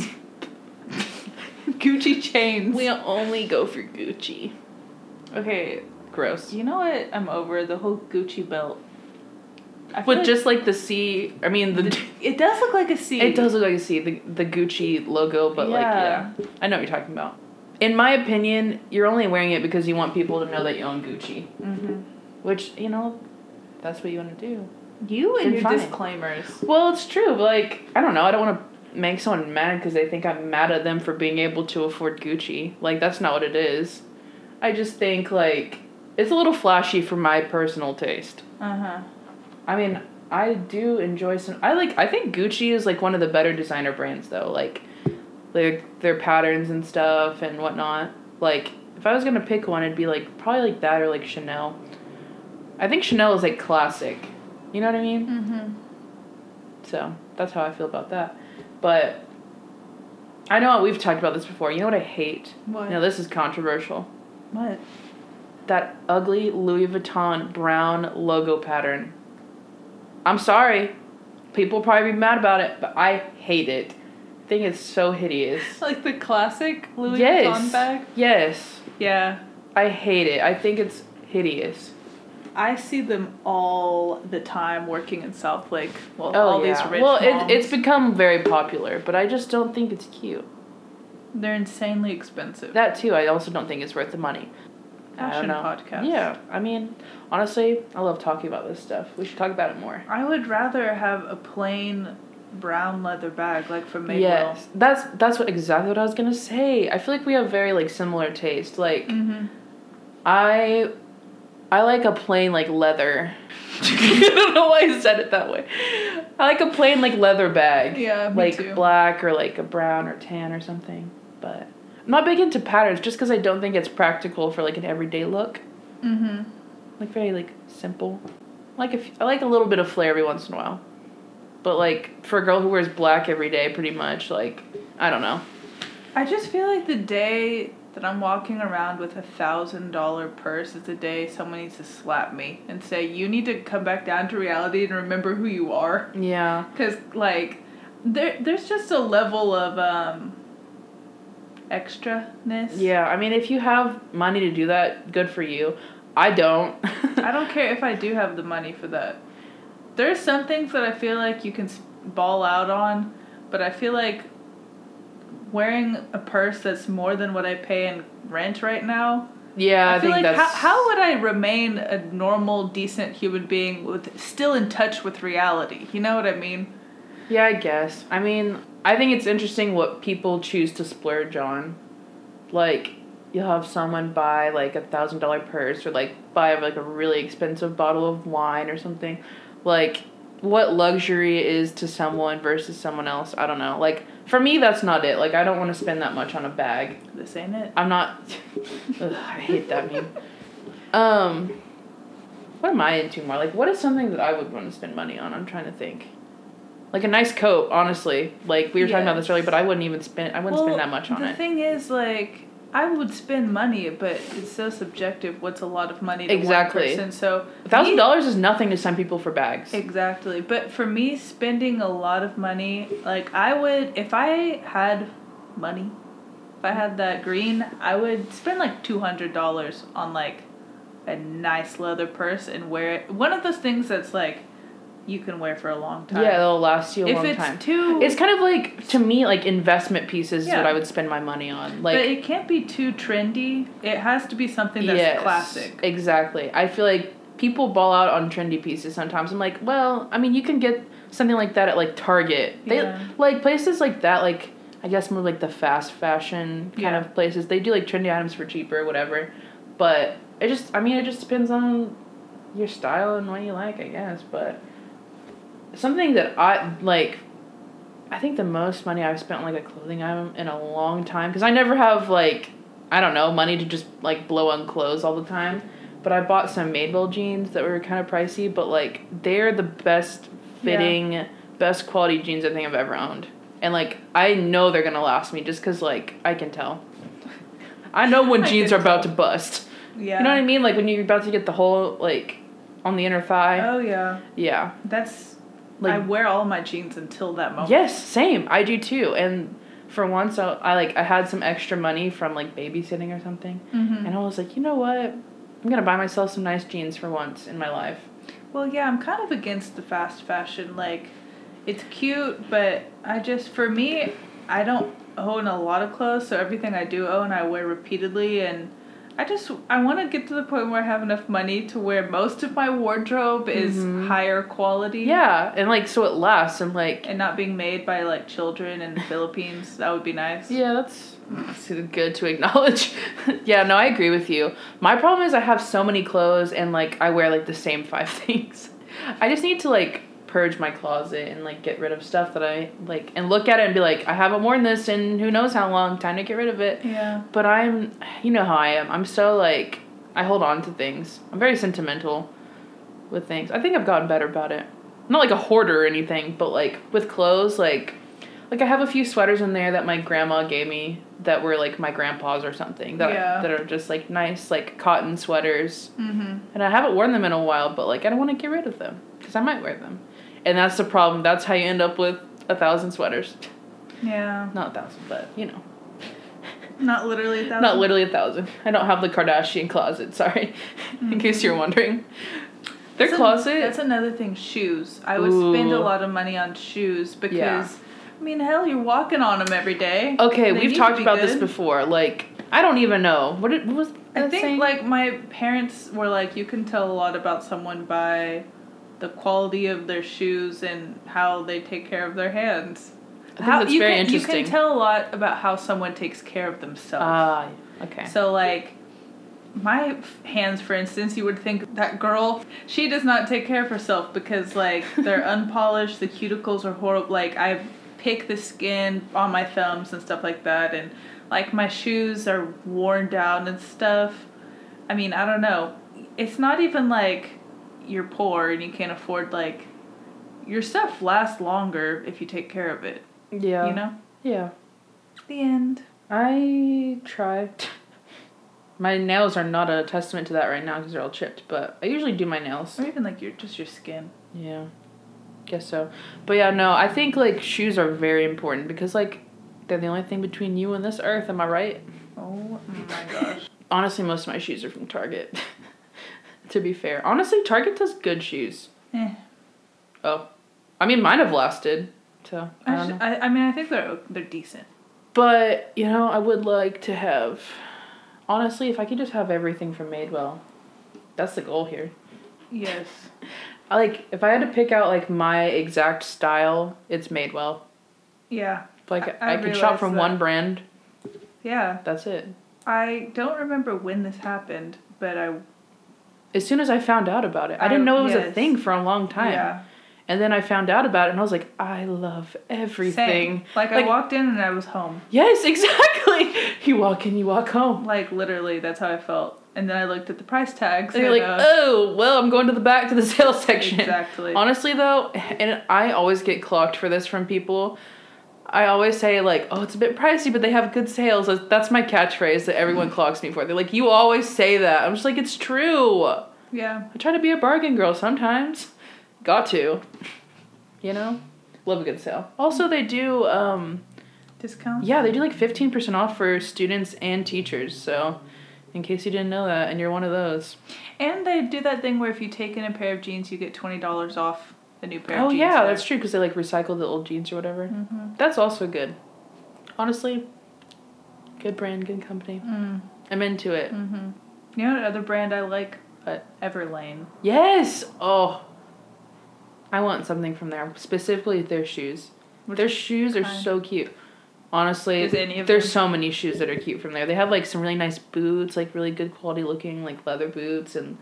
[SPEAKER 2] Gucci
[SPEAKER 1] chains.
[SPEAKER 2] We only go for Gucci.
[SPEAKER 1] okay,
[SPEAKER 2] Gross.
[SPEAKER 1] you know what? I'm over the whole Gucci belt. I feel
[SPEAKER 2] With
[SPEAKER 1] like
[SPEAKER 2] just like the C, I mean the.
[SPEAKER 1] it does look like a C.
[SPEAKER 2] It does look like a C, the the Gucci logo, but
[SPEAKER 1] Yeah.
[SPEAKER 2] like yeah, I know what you're talking about. In my opinion, you're only wearing it because you want people to know that you own Gucci,
[SPEAKER 1] Mm-hmm.
[SPEAKER 2] which you know, that's what you want to do.
[SPEAKER 1] You and
[SPEAKER 2] Then
[SPEAKER 1] your
[SPEAKER 2] fine.
[SPEAKER 1] disclaimers.
[SPEAKER 2] Well, it's true. But like I don't know, I don't want to make someone mad because they think I'm mad at them for being able to afford Gucci. Like that's not what it is. I just think like it's a little flashy for my personal taste.
[SPEAKER 1] Uh
[SPEAKER 2] Uh-huh.
[SPEAKER 1] huh.
[SPEAKER 2] I mean, I do enjoy some. I like. I think Gucci is like one of the better designer brands, though. Like, their their patterns and stuff and whatnot. Like, if I was gonna pick one, it'd be like probably like that or like Chanel. I think Chanel is like classic. You know what I mean?
[SPEAKER 1] Mm-hmm.
[SPEAKER 2] So that's how I feel about that. But I know we've talked about this before. You know what I hate?
[SPEAKER 1] What?
[SPEAKER 2] Now this is controversial.
[SPEAKER 1] What?
[SPEAKER 2] That ugly Louis Vuitton brown logo pattern. I'm sorry. People will probably be mad about it, but I hate it. I think it's so hideous.
[SPEAKER 1] Like the classic Louis
[SPEAKER 2] yes.
[SPEAKER 1] Vuitton bag.
[SPEAKER 2] Yes.
[SPEAKER 1] Yeah.
[SPEAKER 2] I hate it. I think it's hideous.
[SPEAKER 1] I see them all the time working in South Lake. Well,
[SPEAKER 2] Oh,
[SPEAKER 1] all
[SPEAKER 2] yeah.
[SPEAKER 1] these rich
[SPEAKER 2] well,
[SPEAKER 1] moms.
[SPEAKER 2] it, it's become very popular, but I just don't think it's cute.
[SPEAKER 1] they're insanely expensive.
[SPEAKER 2] That too, I also don't think it's worth the money. I don't
[SPEAKER 1] Fashion
[SPEAKER 2] know.
[SPEAKER 1] podcast.
[SPEAKER 2] Yeah, I mean, honestly, I love talking about this stuff. We should talk about it more.
[SPEAKER 1] I would rather have a plain brown leather bag like from Madewell.
[SPEAKER 2] Yes, that's that's what exactly what I was gonna say. I feel like we have very like similar taste. Like
[SPEAKER 1] Mm-hmm.
[SPEAKER 2] I, I like a plain like leather. *laughs* I don't know why I said it that way. I like a plain like leather bag,
[SPEAKER 1] Yeah, me
[SPEAKER 2] like
[SPEAKER 1] too.
[SPEAKER 2] black or like a brown or tan or something. But I'm not big into patterns just because I don't think it's practical for like an everyday look.
[SPEAKER 1] Mm-hmm.
[SPEAKER 2] Like very like simple. Like if I like a little bit of flair every once in a while, but like for a girl who wears black every day, pretty much like I don't know.
[SPEAKER 1] I just feel like the day that I'm walking around with a thousand dollar purse is the day someone needs to slap me and say, "You need to come back down to reality and remember who you are."
[SPEAKER 2] Yeah.
[SPEAKER 1] because like there there's just a level of um extraness *laughs*
[SPEAKER 2] Yeah, I mean, if you have money to do that, good for you. I don't.
[SPEAKER 1] i don't care if i do have the money for that There's some things that I feel like you can s- ball out on, but I feel like wearing a purse that's more than what I pay in rent right now.
[SPEAKER 2] *laughs* Yeah, I,
[SPEAKER 1] feel
[SPEAKER 2] think
[SPEAKER 1] like
[SPEAKER 2] that's
[SPEAKER 1] how, how would I remain a normal, decent human being with still in touch with reality? You know what I mean?
[SPEAKER 2] Yeah, I guess. I mean, I think it's interesting what people choose to splurge on. Like, you'll have someone buy like a thousand dollar purse or like buy like a really expensive bottle of wine or something. Like, what luxury is to someone versus someone else? I don't know. Like, for me, that's not it. Like, I don't want to spend that much on a bag.
[SPEAKER 1] This ain't it.
[SPEAKER 2] I'm not. *laughs* Ugh, I hate that meme. Um, what am I into more? Like, what is something that I would want to spend money on? I'm trying to think. Like a nice coat, honestly. Like we were talking about this earlier, but I wouldn't even spend. I wouldn't
[SPEAKER 1] Well,
[SPEAKER 2] spend that much on
[SPEAKER 1] the
[SPEAKER 2] it.
[SPEAKER 1] thing is, like, I would spend money, but it's so subjective. What's a lot of money to
[SPEAKER 2] Exactly.
[SPEAKER 1] one person? So
[SPEAKER 2] A thousand
[SPEAKER 1] me-
[SPEAKER 2] dollars is nothing to some people for bags.
[SPEAKER 1] Exactly, but for me, spending a lot of money, like I would, if I had money, if I had that green, I would spend like two hundred dollars on like a nice leather purse and wear it. One of those things that's like you can wear for a long time.
[SPEAKER 2] yeah, it'll last you a
[SPEAKER 1] if
[SPEAKER 2] long
[SPEAKER 1] it's
[SPEAKER 2] time.
[SPEAKER 1] too,
[SPEAKER 2] It's kind of like to me, like investment pieces is
[SPEAKER 1] Yeah.
[SPEAKER 2] what I would spend my money on.
[SPEAKER 1] but
[SPEAKER 2] Like
[SPEAKER 1] it can't be too trendy. It has to be something that's
[SPEAKER 2] Yes,
[SPEAKER 1] classic.
[SPEAKER 2] Exactly. I feel like people ball out on trendy pieces sometimes. I'm like, well, I mean, you can get something like that at like Target. They
[SPEAKER 1] Yeah.
[SPEAKER 2] like places like that, like I guess more like the fast fashion kind
[SPEAKER 1] Yeah.
[SPEAKER 2] of places. They do like trendy items for cheaper, whatever. But it just, I mean, it just depends on your style and what you like, I guess. But something that I like. I think the most money I've spent on like a clothing item in a long time because I never have like I don't know money to just like blow on clothes all the time. But I bought some Madewell jeans that were kind of pricey, but like they're the best fitting, best quality jeans I think I've ever owned. And like I know they're gonna last me just because like I can tell. I know when
[SPEAKER 1] *laughs* I
[SPEAKER 2] jeans are
[SPEAKER 1] can
[SPEAKER 2] about to bust.
[SPEAKER 1] Yeah.
[SPEAKER 2] You know what I mean? Like when you're about to get the hole like on the inner thigh.
[SPEAKER 1] Oh yeah,
[SPEAKER 2] yeah.
[SPEAKER 1] that's.
[SPEAKER 2] Like
[SPEAKER 1] I wear all my jeans until that moment.
[SPEAKER 2] Yes, same. I do too. And for once, I, I like I had some extra money from like babysitting or something,
[SPEAKER 1] Mm-hmm.
[SPEAKER 2] and I was like, you know what? I'm gonna buy myself some nice jeans for once in my life.
[SPEAKER 1] Well, yeah, I'm kind of against the fast fashion. Like, it's cute, but I just, for me, I don't own a lot of clothes, so everything I do own, I wear repeatedly. And I just, I want to get to the point where I have enough money to where most of my wardrobe is
[SPEAKER 2] Mhm.
[SPEAKER 1] higher quality.
[SPEAKER 2] Yeah, and like so it lasts, and like
[SPEAKER 1] And not being made by, like, children in the Philippines. That would be nice.
[SPEAKER 2] yeah, that's, *laughs* that's good to acknowledge. *laughs* yeah, no, I agree with you. My problem is I have so many clothes, and like I wear like the same *laughs* five things. I just need to like purge my closet and like get rid of stuff that I like and look at it and be like, I haven't worn this in who knows how long. Time to get rid of it.
[SPEAKER 1] Yeah.
[SPEAKER 2] But I'm, you know how I am. I'm so like, I hold on to things. I'm very sentimental with things. I think I've gotten better about it. I'm not like a hoarder or anything, but like with clothes, like, like I have a few sweaters in there that my grandma gave me that were like my grandpa's or something that
[SPEAKER 1] Yeah.
[SPEAKER 2] that are just like nice like cotton sweaters.
[SPEAKER 1] Mm-hmm.
[SPEAKER 2] And I haven't worn them in a while, but like I don't want to get rid of them because I might wear them. And that's the problem. That's how you end up with a thousand sweaters.
[SPEAKER 1] Yeah.
[SPEAKER 2] Not a thousand, but you know.
[SPEAKER 1] Not literally a thousand.
[SPEAKER 2] Not literally a thousand. I don't have the Kardashian closet, sorry. *laughs* In case you're wondering. Their
[SPEAKER 1] Mm. That's an-
[SPEAKER 2] closet.
[SPEAKER 1] that's another thing. Shoes. I would spend a
[SPEAKER 2] Ooh.
[SPEAKER 1] lot of money on shoes because, I mean, hell, you're walking on them every day.
[SPEAKER 2] okay,
[SPEAKER 1] They need
[SPEAKER 2] we've
[SPEAKER 1] to
[SPEAKER 2] talked
[SPEAKER 1] be
[SPEAKER 2] about this
[SPEAKER 1] good.
[SPEAKER 2] before. Like, I don't even know. What, it, what was
[SPEAKER 1] I
[SPEAKER 2] that
[SPEAKER 1] think
[SPEAKER 2] saying?
[SPEAKER 1] like my parents were like, you can tell a lot about someone by the quality of their shoes and how they take care of their hands.
[SPEAKER 2] think
[SPEAKER 1] how,
[SPEAKER 2] that's
[SPEAKER 1] you
[SPEAKER 2] very
[SPEAKER 1] can, You
[SPEAKER 2] interesting.
[SPEAKER 1] can tell a lot about how someone takes care of themselves.
[SPEAKER 2] Ah, okay.
[SPEAKER 1] So like my f- hands for instance, you would think that girl she does not take care of herself because like
[SPEAKER 2] *laughs*
[SPEAKER 1] they're unpolished, the cuticles are horrible like I pick the skin on my thumbs and stuff like that and like my shoes are worn down and stuff. I mean, I don't know. It's not even like you're poor and you can't afford like your stuff lasts longer if you take care of it,
[SPEAKER 2] yeah.
[SPEAKER 1] you know?
[SPEAKER 2] Yeah.
[SPEAKER 1] The end.
[SPEAKER 2] I try. *laughs* my nails are not a testament to that right now because they're all chipped, but I usually do my nails.
[SPEAKER 1] Or even like your just your skin.
[SPEAKER 2] Yeah. Guess so. But yeah, no, I think like shoes are very important because like they're the only thing between you and this earth, am I right?
[SPEAKER 1] Oh my gosh.
[SPEAKER 2] Honestly, most of my shoes are *laughs* from Target. to be fair. Honestly, Target does good shoes.
[SPEAKER 1] Eh.
[SPEAKER 2] Oh, I mean, mine have lasted. So I
[SPEAKER 1] I,
[SPEAKER 2] don't
[SPEAKER 1] sh-
[SPEAKER 2] know.
[SPEAKER 1] I, I mean, I think they're they're decent.
[SPEAKER 2] But you know, I would like to have. Honestly, if I could just have everything from Madewell, that's the goal here.
[SPEAKER 1] Yes.
[SPEAKER 2] I like if I had to pick out like my exact style, it's Madewell.
[SPEAKER 1] Yeah.
[SPEAKER 2] Like
[SPEAKER 1] I-
[SPEAKER 2] I,
[SPEAKER 1] I
[SPEAKER 2] could
[SPEAKER 1] realize
[SPEAKER 2] shop from
[SPEAKER 1] that.
[SPEAKER 2] one brand.
[SPEAKER 1] Yeah.
[SPEAKER 2] That's it.
[SPEAKER 1] I don't remember when this happened, but I
[SPEAKER 2] As soon as I found out about it, I,
[SPEAKER 1] I-
[SPEAKER 2] didn't know it was a
[SPEAKER 1] yes.
[SPEAKER 2] thing for a long time.
[SPEAKER 1] yeah
[SPEAKER 2] And then I found out about it, and I was like, I love everything.
[SPEAKER 1] Same. Like, I
[SPEAKER 2] Like-
[SPEAKER 1] walked in and I was home.
[SPEAKER 2] Yes, *laughs* exactly. You walk in, you walk home.
[SPEAKER 1] Like literally, that's how I felt. And then I looked at the price tags.
[SPEAKER 2] And you're
[SPEAKER 1] and,
[SPEAKER 2] like,
[SPEAKER 1] uh,
[SPEAKER 2] oh, well, I'm going to the back to the *laughs* sales section.
[SPEAKER 1] exactly.
[SPEAKER 2] Honestly, though, and I always get clocked for this from people. I always say like, "Oh, it's a bit pricey, but they have good sales." That's- That's my catchphrase that everyone clocks me for. They're like, "You always say that." I'm just like, "It's true." I
[SPEAKER 1] yeah.
[SPEAKER 2] try to be a bargain girl sometimes. Got to. You know, love a good sale. Also, they do. Um,
[SPEAKER 1] Discount.
[SPEAKER 2] yeah, they do like fifteen percent off for students and teachers. So, in case you didn't know that, and you're one of those.
[SPEAKER 1] And they do that thing where if you take in a pair of jeans, you get twenty dollars off a new pair.
[SPEAKER 2] Oh
[SPEAKER 1] of jeans
[SPEAKER 2] yeah,
[SPEAKER 1] there.
[SPEAKER 2] that's true because they like recycle the old jeans or whatever.
[SPEAKER 1] Mhm.
[SPEAKER 2] That's also good. Honestly, good brand, good company.
[SPEAKER 1] Mm,
[SPEAKER 2] I'm into it.
[SPEAKER 1] mhm. You know what other brand I like? Uh,
[SPEAKER 2] What?
[SPEAKER 1] Everlane.
[SPEAKER 2] Yes. Oh, I want something from there. Specifically, their shoes.
[SPEAKER 1] Which
[SPEAKER 2] their shoes are
[SPEAKER 1] kind?
[SPEAKER 2] so cute. Honestly,
[SPEAKER 1] Is any of
[SPEAKER 2] there's
[SPEAKER 1] them-
[SPEAKER 2] so many shoes that are cute from there. They have like some really nice boots, like really good quality looking like leather boots and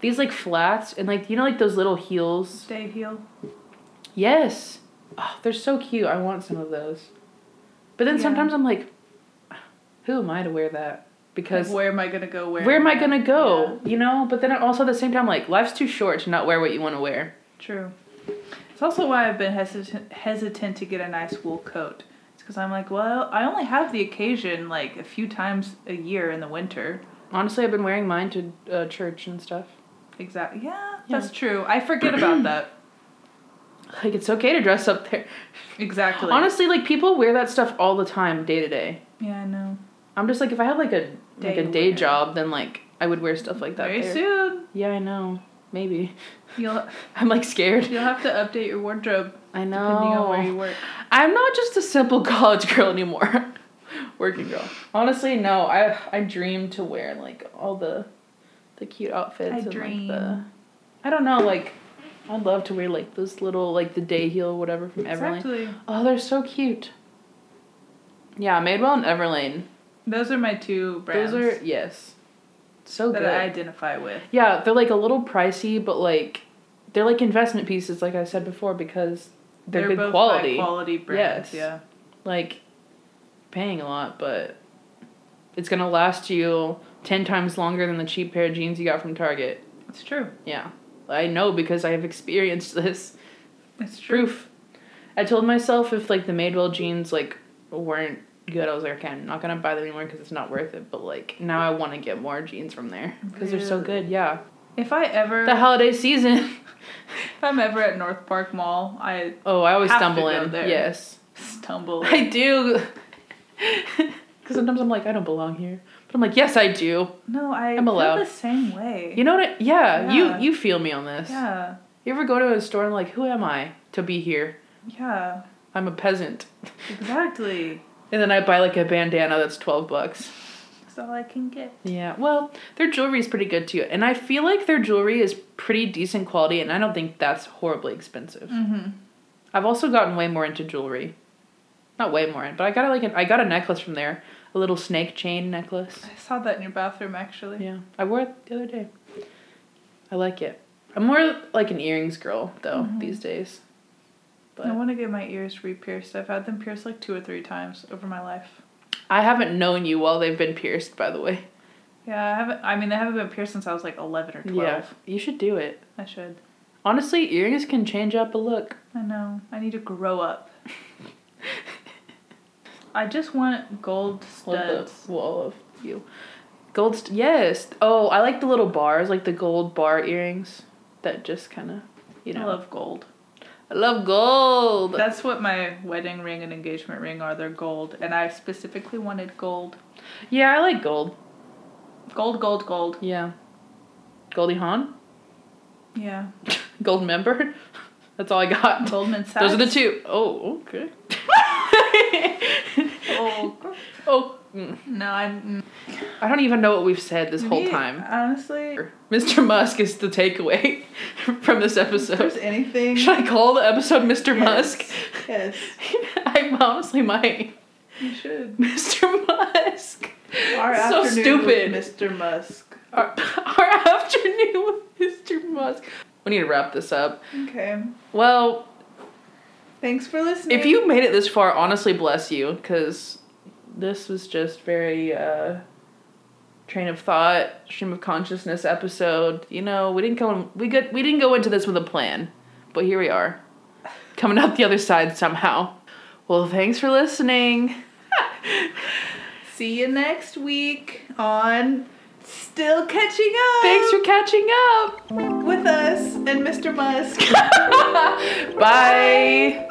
[SPEAKER 2] these like flats and like you know like those little heels.
[SPEAKER 1] Stay heel.
[SPEAKER 2] Yes. Oh, they're so cute. I want some of those. But then
[SPEAKER 1] Yeah.
[SPEAKER 2] sometimes I'm like, who am I to wear that?
[SPEAKER 1] Like,
[SPEAKER 2] Because
[SPEAKER 1] where am I gonna go? Where?
[SPEAKER 2] where am I gonna go? You know. But then also at the same time, like life's too short to not wear what you want to wear.
[SPEAKER 1] True. It's also why I've been hesitant hesitant to get a nice wool coat. It's because I'm like, well, I only have the occasion like a few times a year in the winter.
[SPEAKER 2] Honestly, I've been wearing mine to uh, church and stuff.
[SPEAKER 1] Exactly. Yeah, that's true. I forget
[SPEAKER 2] *clears throat*
[SPEAKER 1] about that.
[SPEAKER 2] Like it's okay to dress up there.
[SPEAKER 1] Exactly.
[SPEAKER 2] Honestly, like people wear that stuff all the time, day to day.
[SPEAKER 1] Yeah, I know.
[SPEAKER 2] I'm just like if I had like a like
[SPEAKER 1] Day
[SPEAKER 2] a day
[SPEAKER 1] wear.
[SPEAKER 2] job, then like I would wear stuff like that.
[SPEAKER 1] Very
[SPEAKER 2] there.
[SPEAKER 1] soon,
[SPEAKER 2] Yeah, I know. Maybe *laughs*
[SPEAKER 1] you'll
[SPEAKER 2] I'm like scared.
[SPEAKER 1] you'll have to update your wardrobe
[SPEAKER 2] I know.
[SPEAKER 1] depending on where you work.
[SPEAKER 2] I'm not just a simple *laughs* college girl anymore. *laughs* Working girl. Honestly, no. I I dream to wear like all the the cute outfits
[SPEAKER 1] I
[SPEAKER 2] and
[SPEAKER 1] dream.
[SPEAKER 2] like the I don't know, like I'd love to wear like this little like the day heel whatever from Everlane.
[SPEAKER 1] Exactly.
[SPEAKER 2] Oh, they're so cute. Yeah, Madewell and Everlane.
[SPEAKER 1] Those are my two brands
[SPEAKER 2] Those are yes. So
[SPEAKER 1] that
[SPEAKER 2] good.
[SPEAKER 1] I identify with.
[SPEAKER 2] Yeah, they're like a little pricey, but like they're like investment pieces, like I said before, because they're, good quality.
[SPEAKER 1] High quality brands.
[SPEAKER 2] Yes.
[SPEAKER 1] Yeah.
[SPEAKER 2] like paying a lot, but it's gonna last you ten times longer than the cheap pair of jeans you got from Target.
[SPEAKER 1] It's true.
[SPEAKER 2] Yeah, I know because I have experienced *laughs* this.
[SPEAKER 1] It's true.
[SPEAKER 2] Proof. I told myself if like the Madewell jeans like weren't good, I was like, okay, I'm not gonna buy them anymore because it's not worth it. But like now, I want to get more jeans from there because they're so
[SPEAKER 1] Really?
[SPEAKER 2] good. Yeah,
[SPEAKER 1] If I ever
[SPEAKER 2] the holiday season. *laughs*
[SPEAKER 1] If I'm ever at North Park Mall, I
[SPEAKER 2] Oh, I always
[SPEAKER 1] Have to
[SPEAKER 2] stumble
[SPEAKER 1] go
[SPEAKER 2] in.
[SPEAKER 1] there.
[SPEAKER 2] Yes,
[SPEAKER 1] stumble.
[SPEAKER 2] I do. *laughs* Because sometimes I'm like, I don't belong here, but I'm like, yes, I do.
[SPEAKER 1] No, I
[SPEAKER 2] I'm allowed.
[SPEAKER 1] feel the same way.
[SPEAKER 2] You know what? I, yeah,
[SPEAKER 1] Yeah.
[SPEAKER 2] you you feel me on this.
[SPEAKER 1] yeah,
[SPEAKER 2] You ever go to a store and like, who am I to be here?
[SPEAKER 1] yeah,
[SPEAKER 2] I'm a peasant.
[SPEAKER 1] exactly.
[SPEAKER 2] And then I buy like a bandana that's twelve bucks.
[SPEAKER 1] That's all I can get.
[SPEAKER 2] Yeah, well, their jewelry is pretty good too, and I feel like their jewelry is pretty decent quality, and I don't think that's horribly expensive.
[SPEAKER 1] Mm-hmm.
[SPEAKER 2] I've also gotten way more into jewelry, not way more, in, but I got like an, I got a necklace from there, a little snake chain necklace.
[SPEAKER 1] I saw that in your bathroom actually.
[SPEAKER 2] Yeah, I wore it the other day. I like it. I'm more like an earrings girl though
[SPEAKER 1] Mhm.
[SPEAKER 2] these days. But
[SPEAKER 1] I want to get my ears re-pierced. I've had them pierced like two or three times over my life.
[SPEAKER 2] I haven't known you while they've been pierced, by the way.
[SPEAKER 1] Yeah, I haven't. I mean, they haven't been pierced since I was like eleven or twelve.
[SPEAKER 2] you should do it.
[SPEAKER 1] I should.
[SPEAKER 2] Honestly, earrings can change up a look.
[SPEAKER 1] I know. I need to
[SPEAKER 2] *laughs*
[SPEAKER 1] grow up. I just want gold
[SPEAKER 2] Love
[SPEAKER 1] studs.
[SPEAKER 2] the wall of you. Gold, st- yes. Oh, I like the little bars, like the gold bar earrings that just kind of, you know.
[SPEAKER 1] I love gold.
[SPEAKER 2] I love gold.
[SPEAKER 1] That's what my wedding ring and engagement ring are. They're gold, and I specifically wanted gold,
[SPEAKER 2] yeah, I like gold.
[SPEAKER 1] gold, gold, gold.
[SPEAKER 2] Yeah. Goldie Hawn,
[SPEAKER 1] Yeah,
[SPEAKER 2] gold member. *laughs* That's all I got.
[SPEAKER 1] Goldman Sachs.
[SPEAKER 2] Those are the two. Oh, okay.
[SPEAKER 1] Oh,
[SPEAKER 2] oh, mm.
[SPEAKER 1] no, I'm
[SPEAKER 2] I don't even know what we've said this whole time. *laughs*
[SPEAKER 1] Honestly, if
[SPEAKER 2] Mr. Musk is the takeaway *laughs* from this
[SPEAKER 1] there's
[SPEAKER 2] episode.
[SPEAKER 1] anything.
[SPEAKER 2] Should I call the episode Mr. Musk? *laughs*
[SPEAKER 1] Yes,
[SPEAKER 2] I honestly *laughs* might.
[SPEAKER 1] you
[SPEAKER 2] *laughs*
[SPEAKER 1] should.
[SPEAKER 2] Mr. Musk.
[SPEAKER 1] Our
[SPEAKER 2] So
[SPEAKER 1] afternoon
[SPEAKER 2] stupid.
[SPEAKER 1] with Mr. Musk.
[SPEAKER 2] Our, *laughs* our afternoon with Mr. Musk. We need to wrap this up.
[SPEAKER 1] Okay.
[SPEAKER 2] Well,
[SPEAKER 1] Thanks for listening.
[SPEAKER 2] if you made it this far, honestly, bless you, because this was just very uh, train of thought, stream of consciousness episode. You know, we didn't come we got, we didn't go into this with a plan, but here we are, coming out the other side somehow. Well, thanks for listening.
[SPEAKER 1] see you next week on Still Catching Up.
[SPEAKER 2] Thanks for catching up.
[SPEAKER 1] with us and Mr. Musk.
[SPEAKER 2] Bye.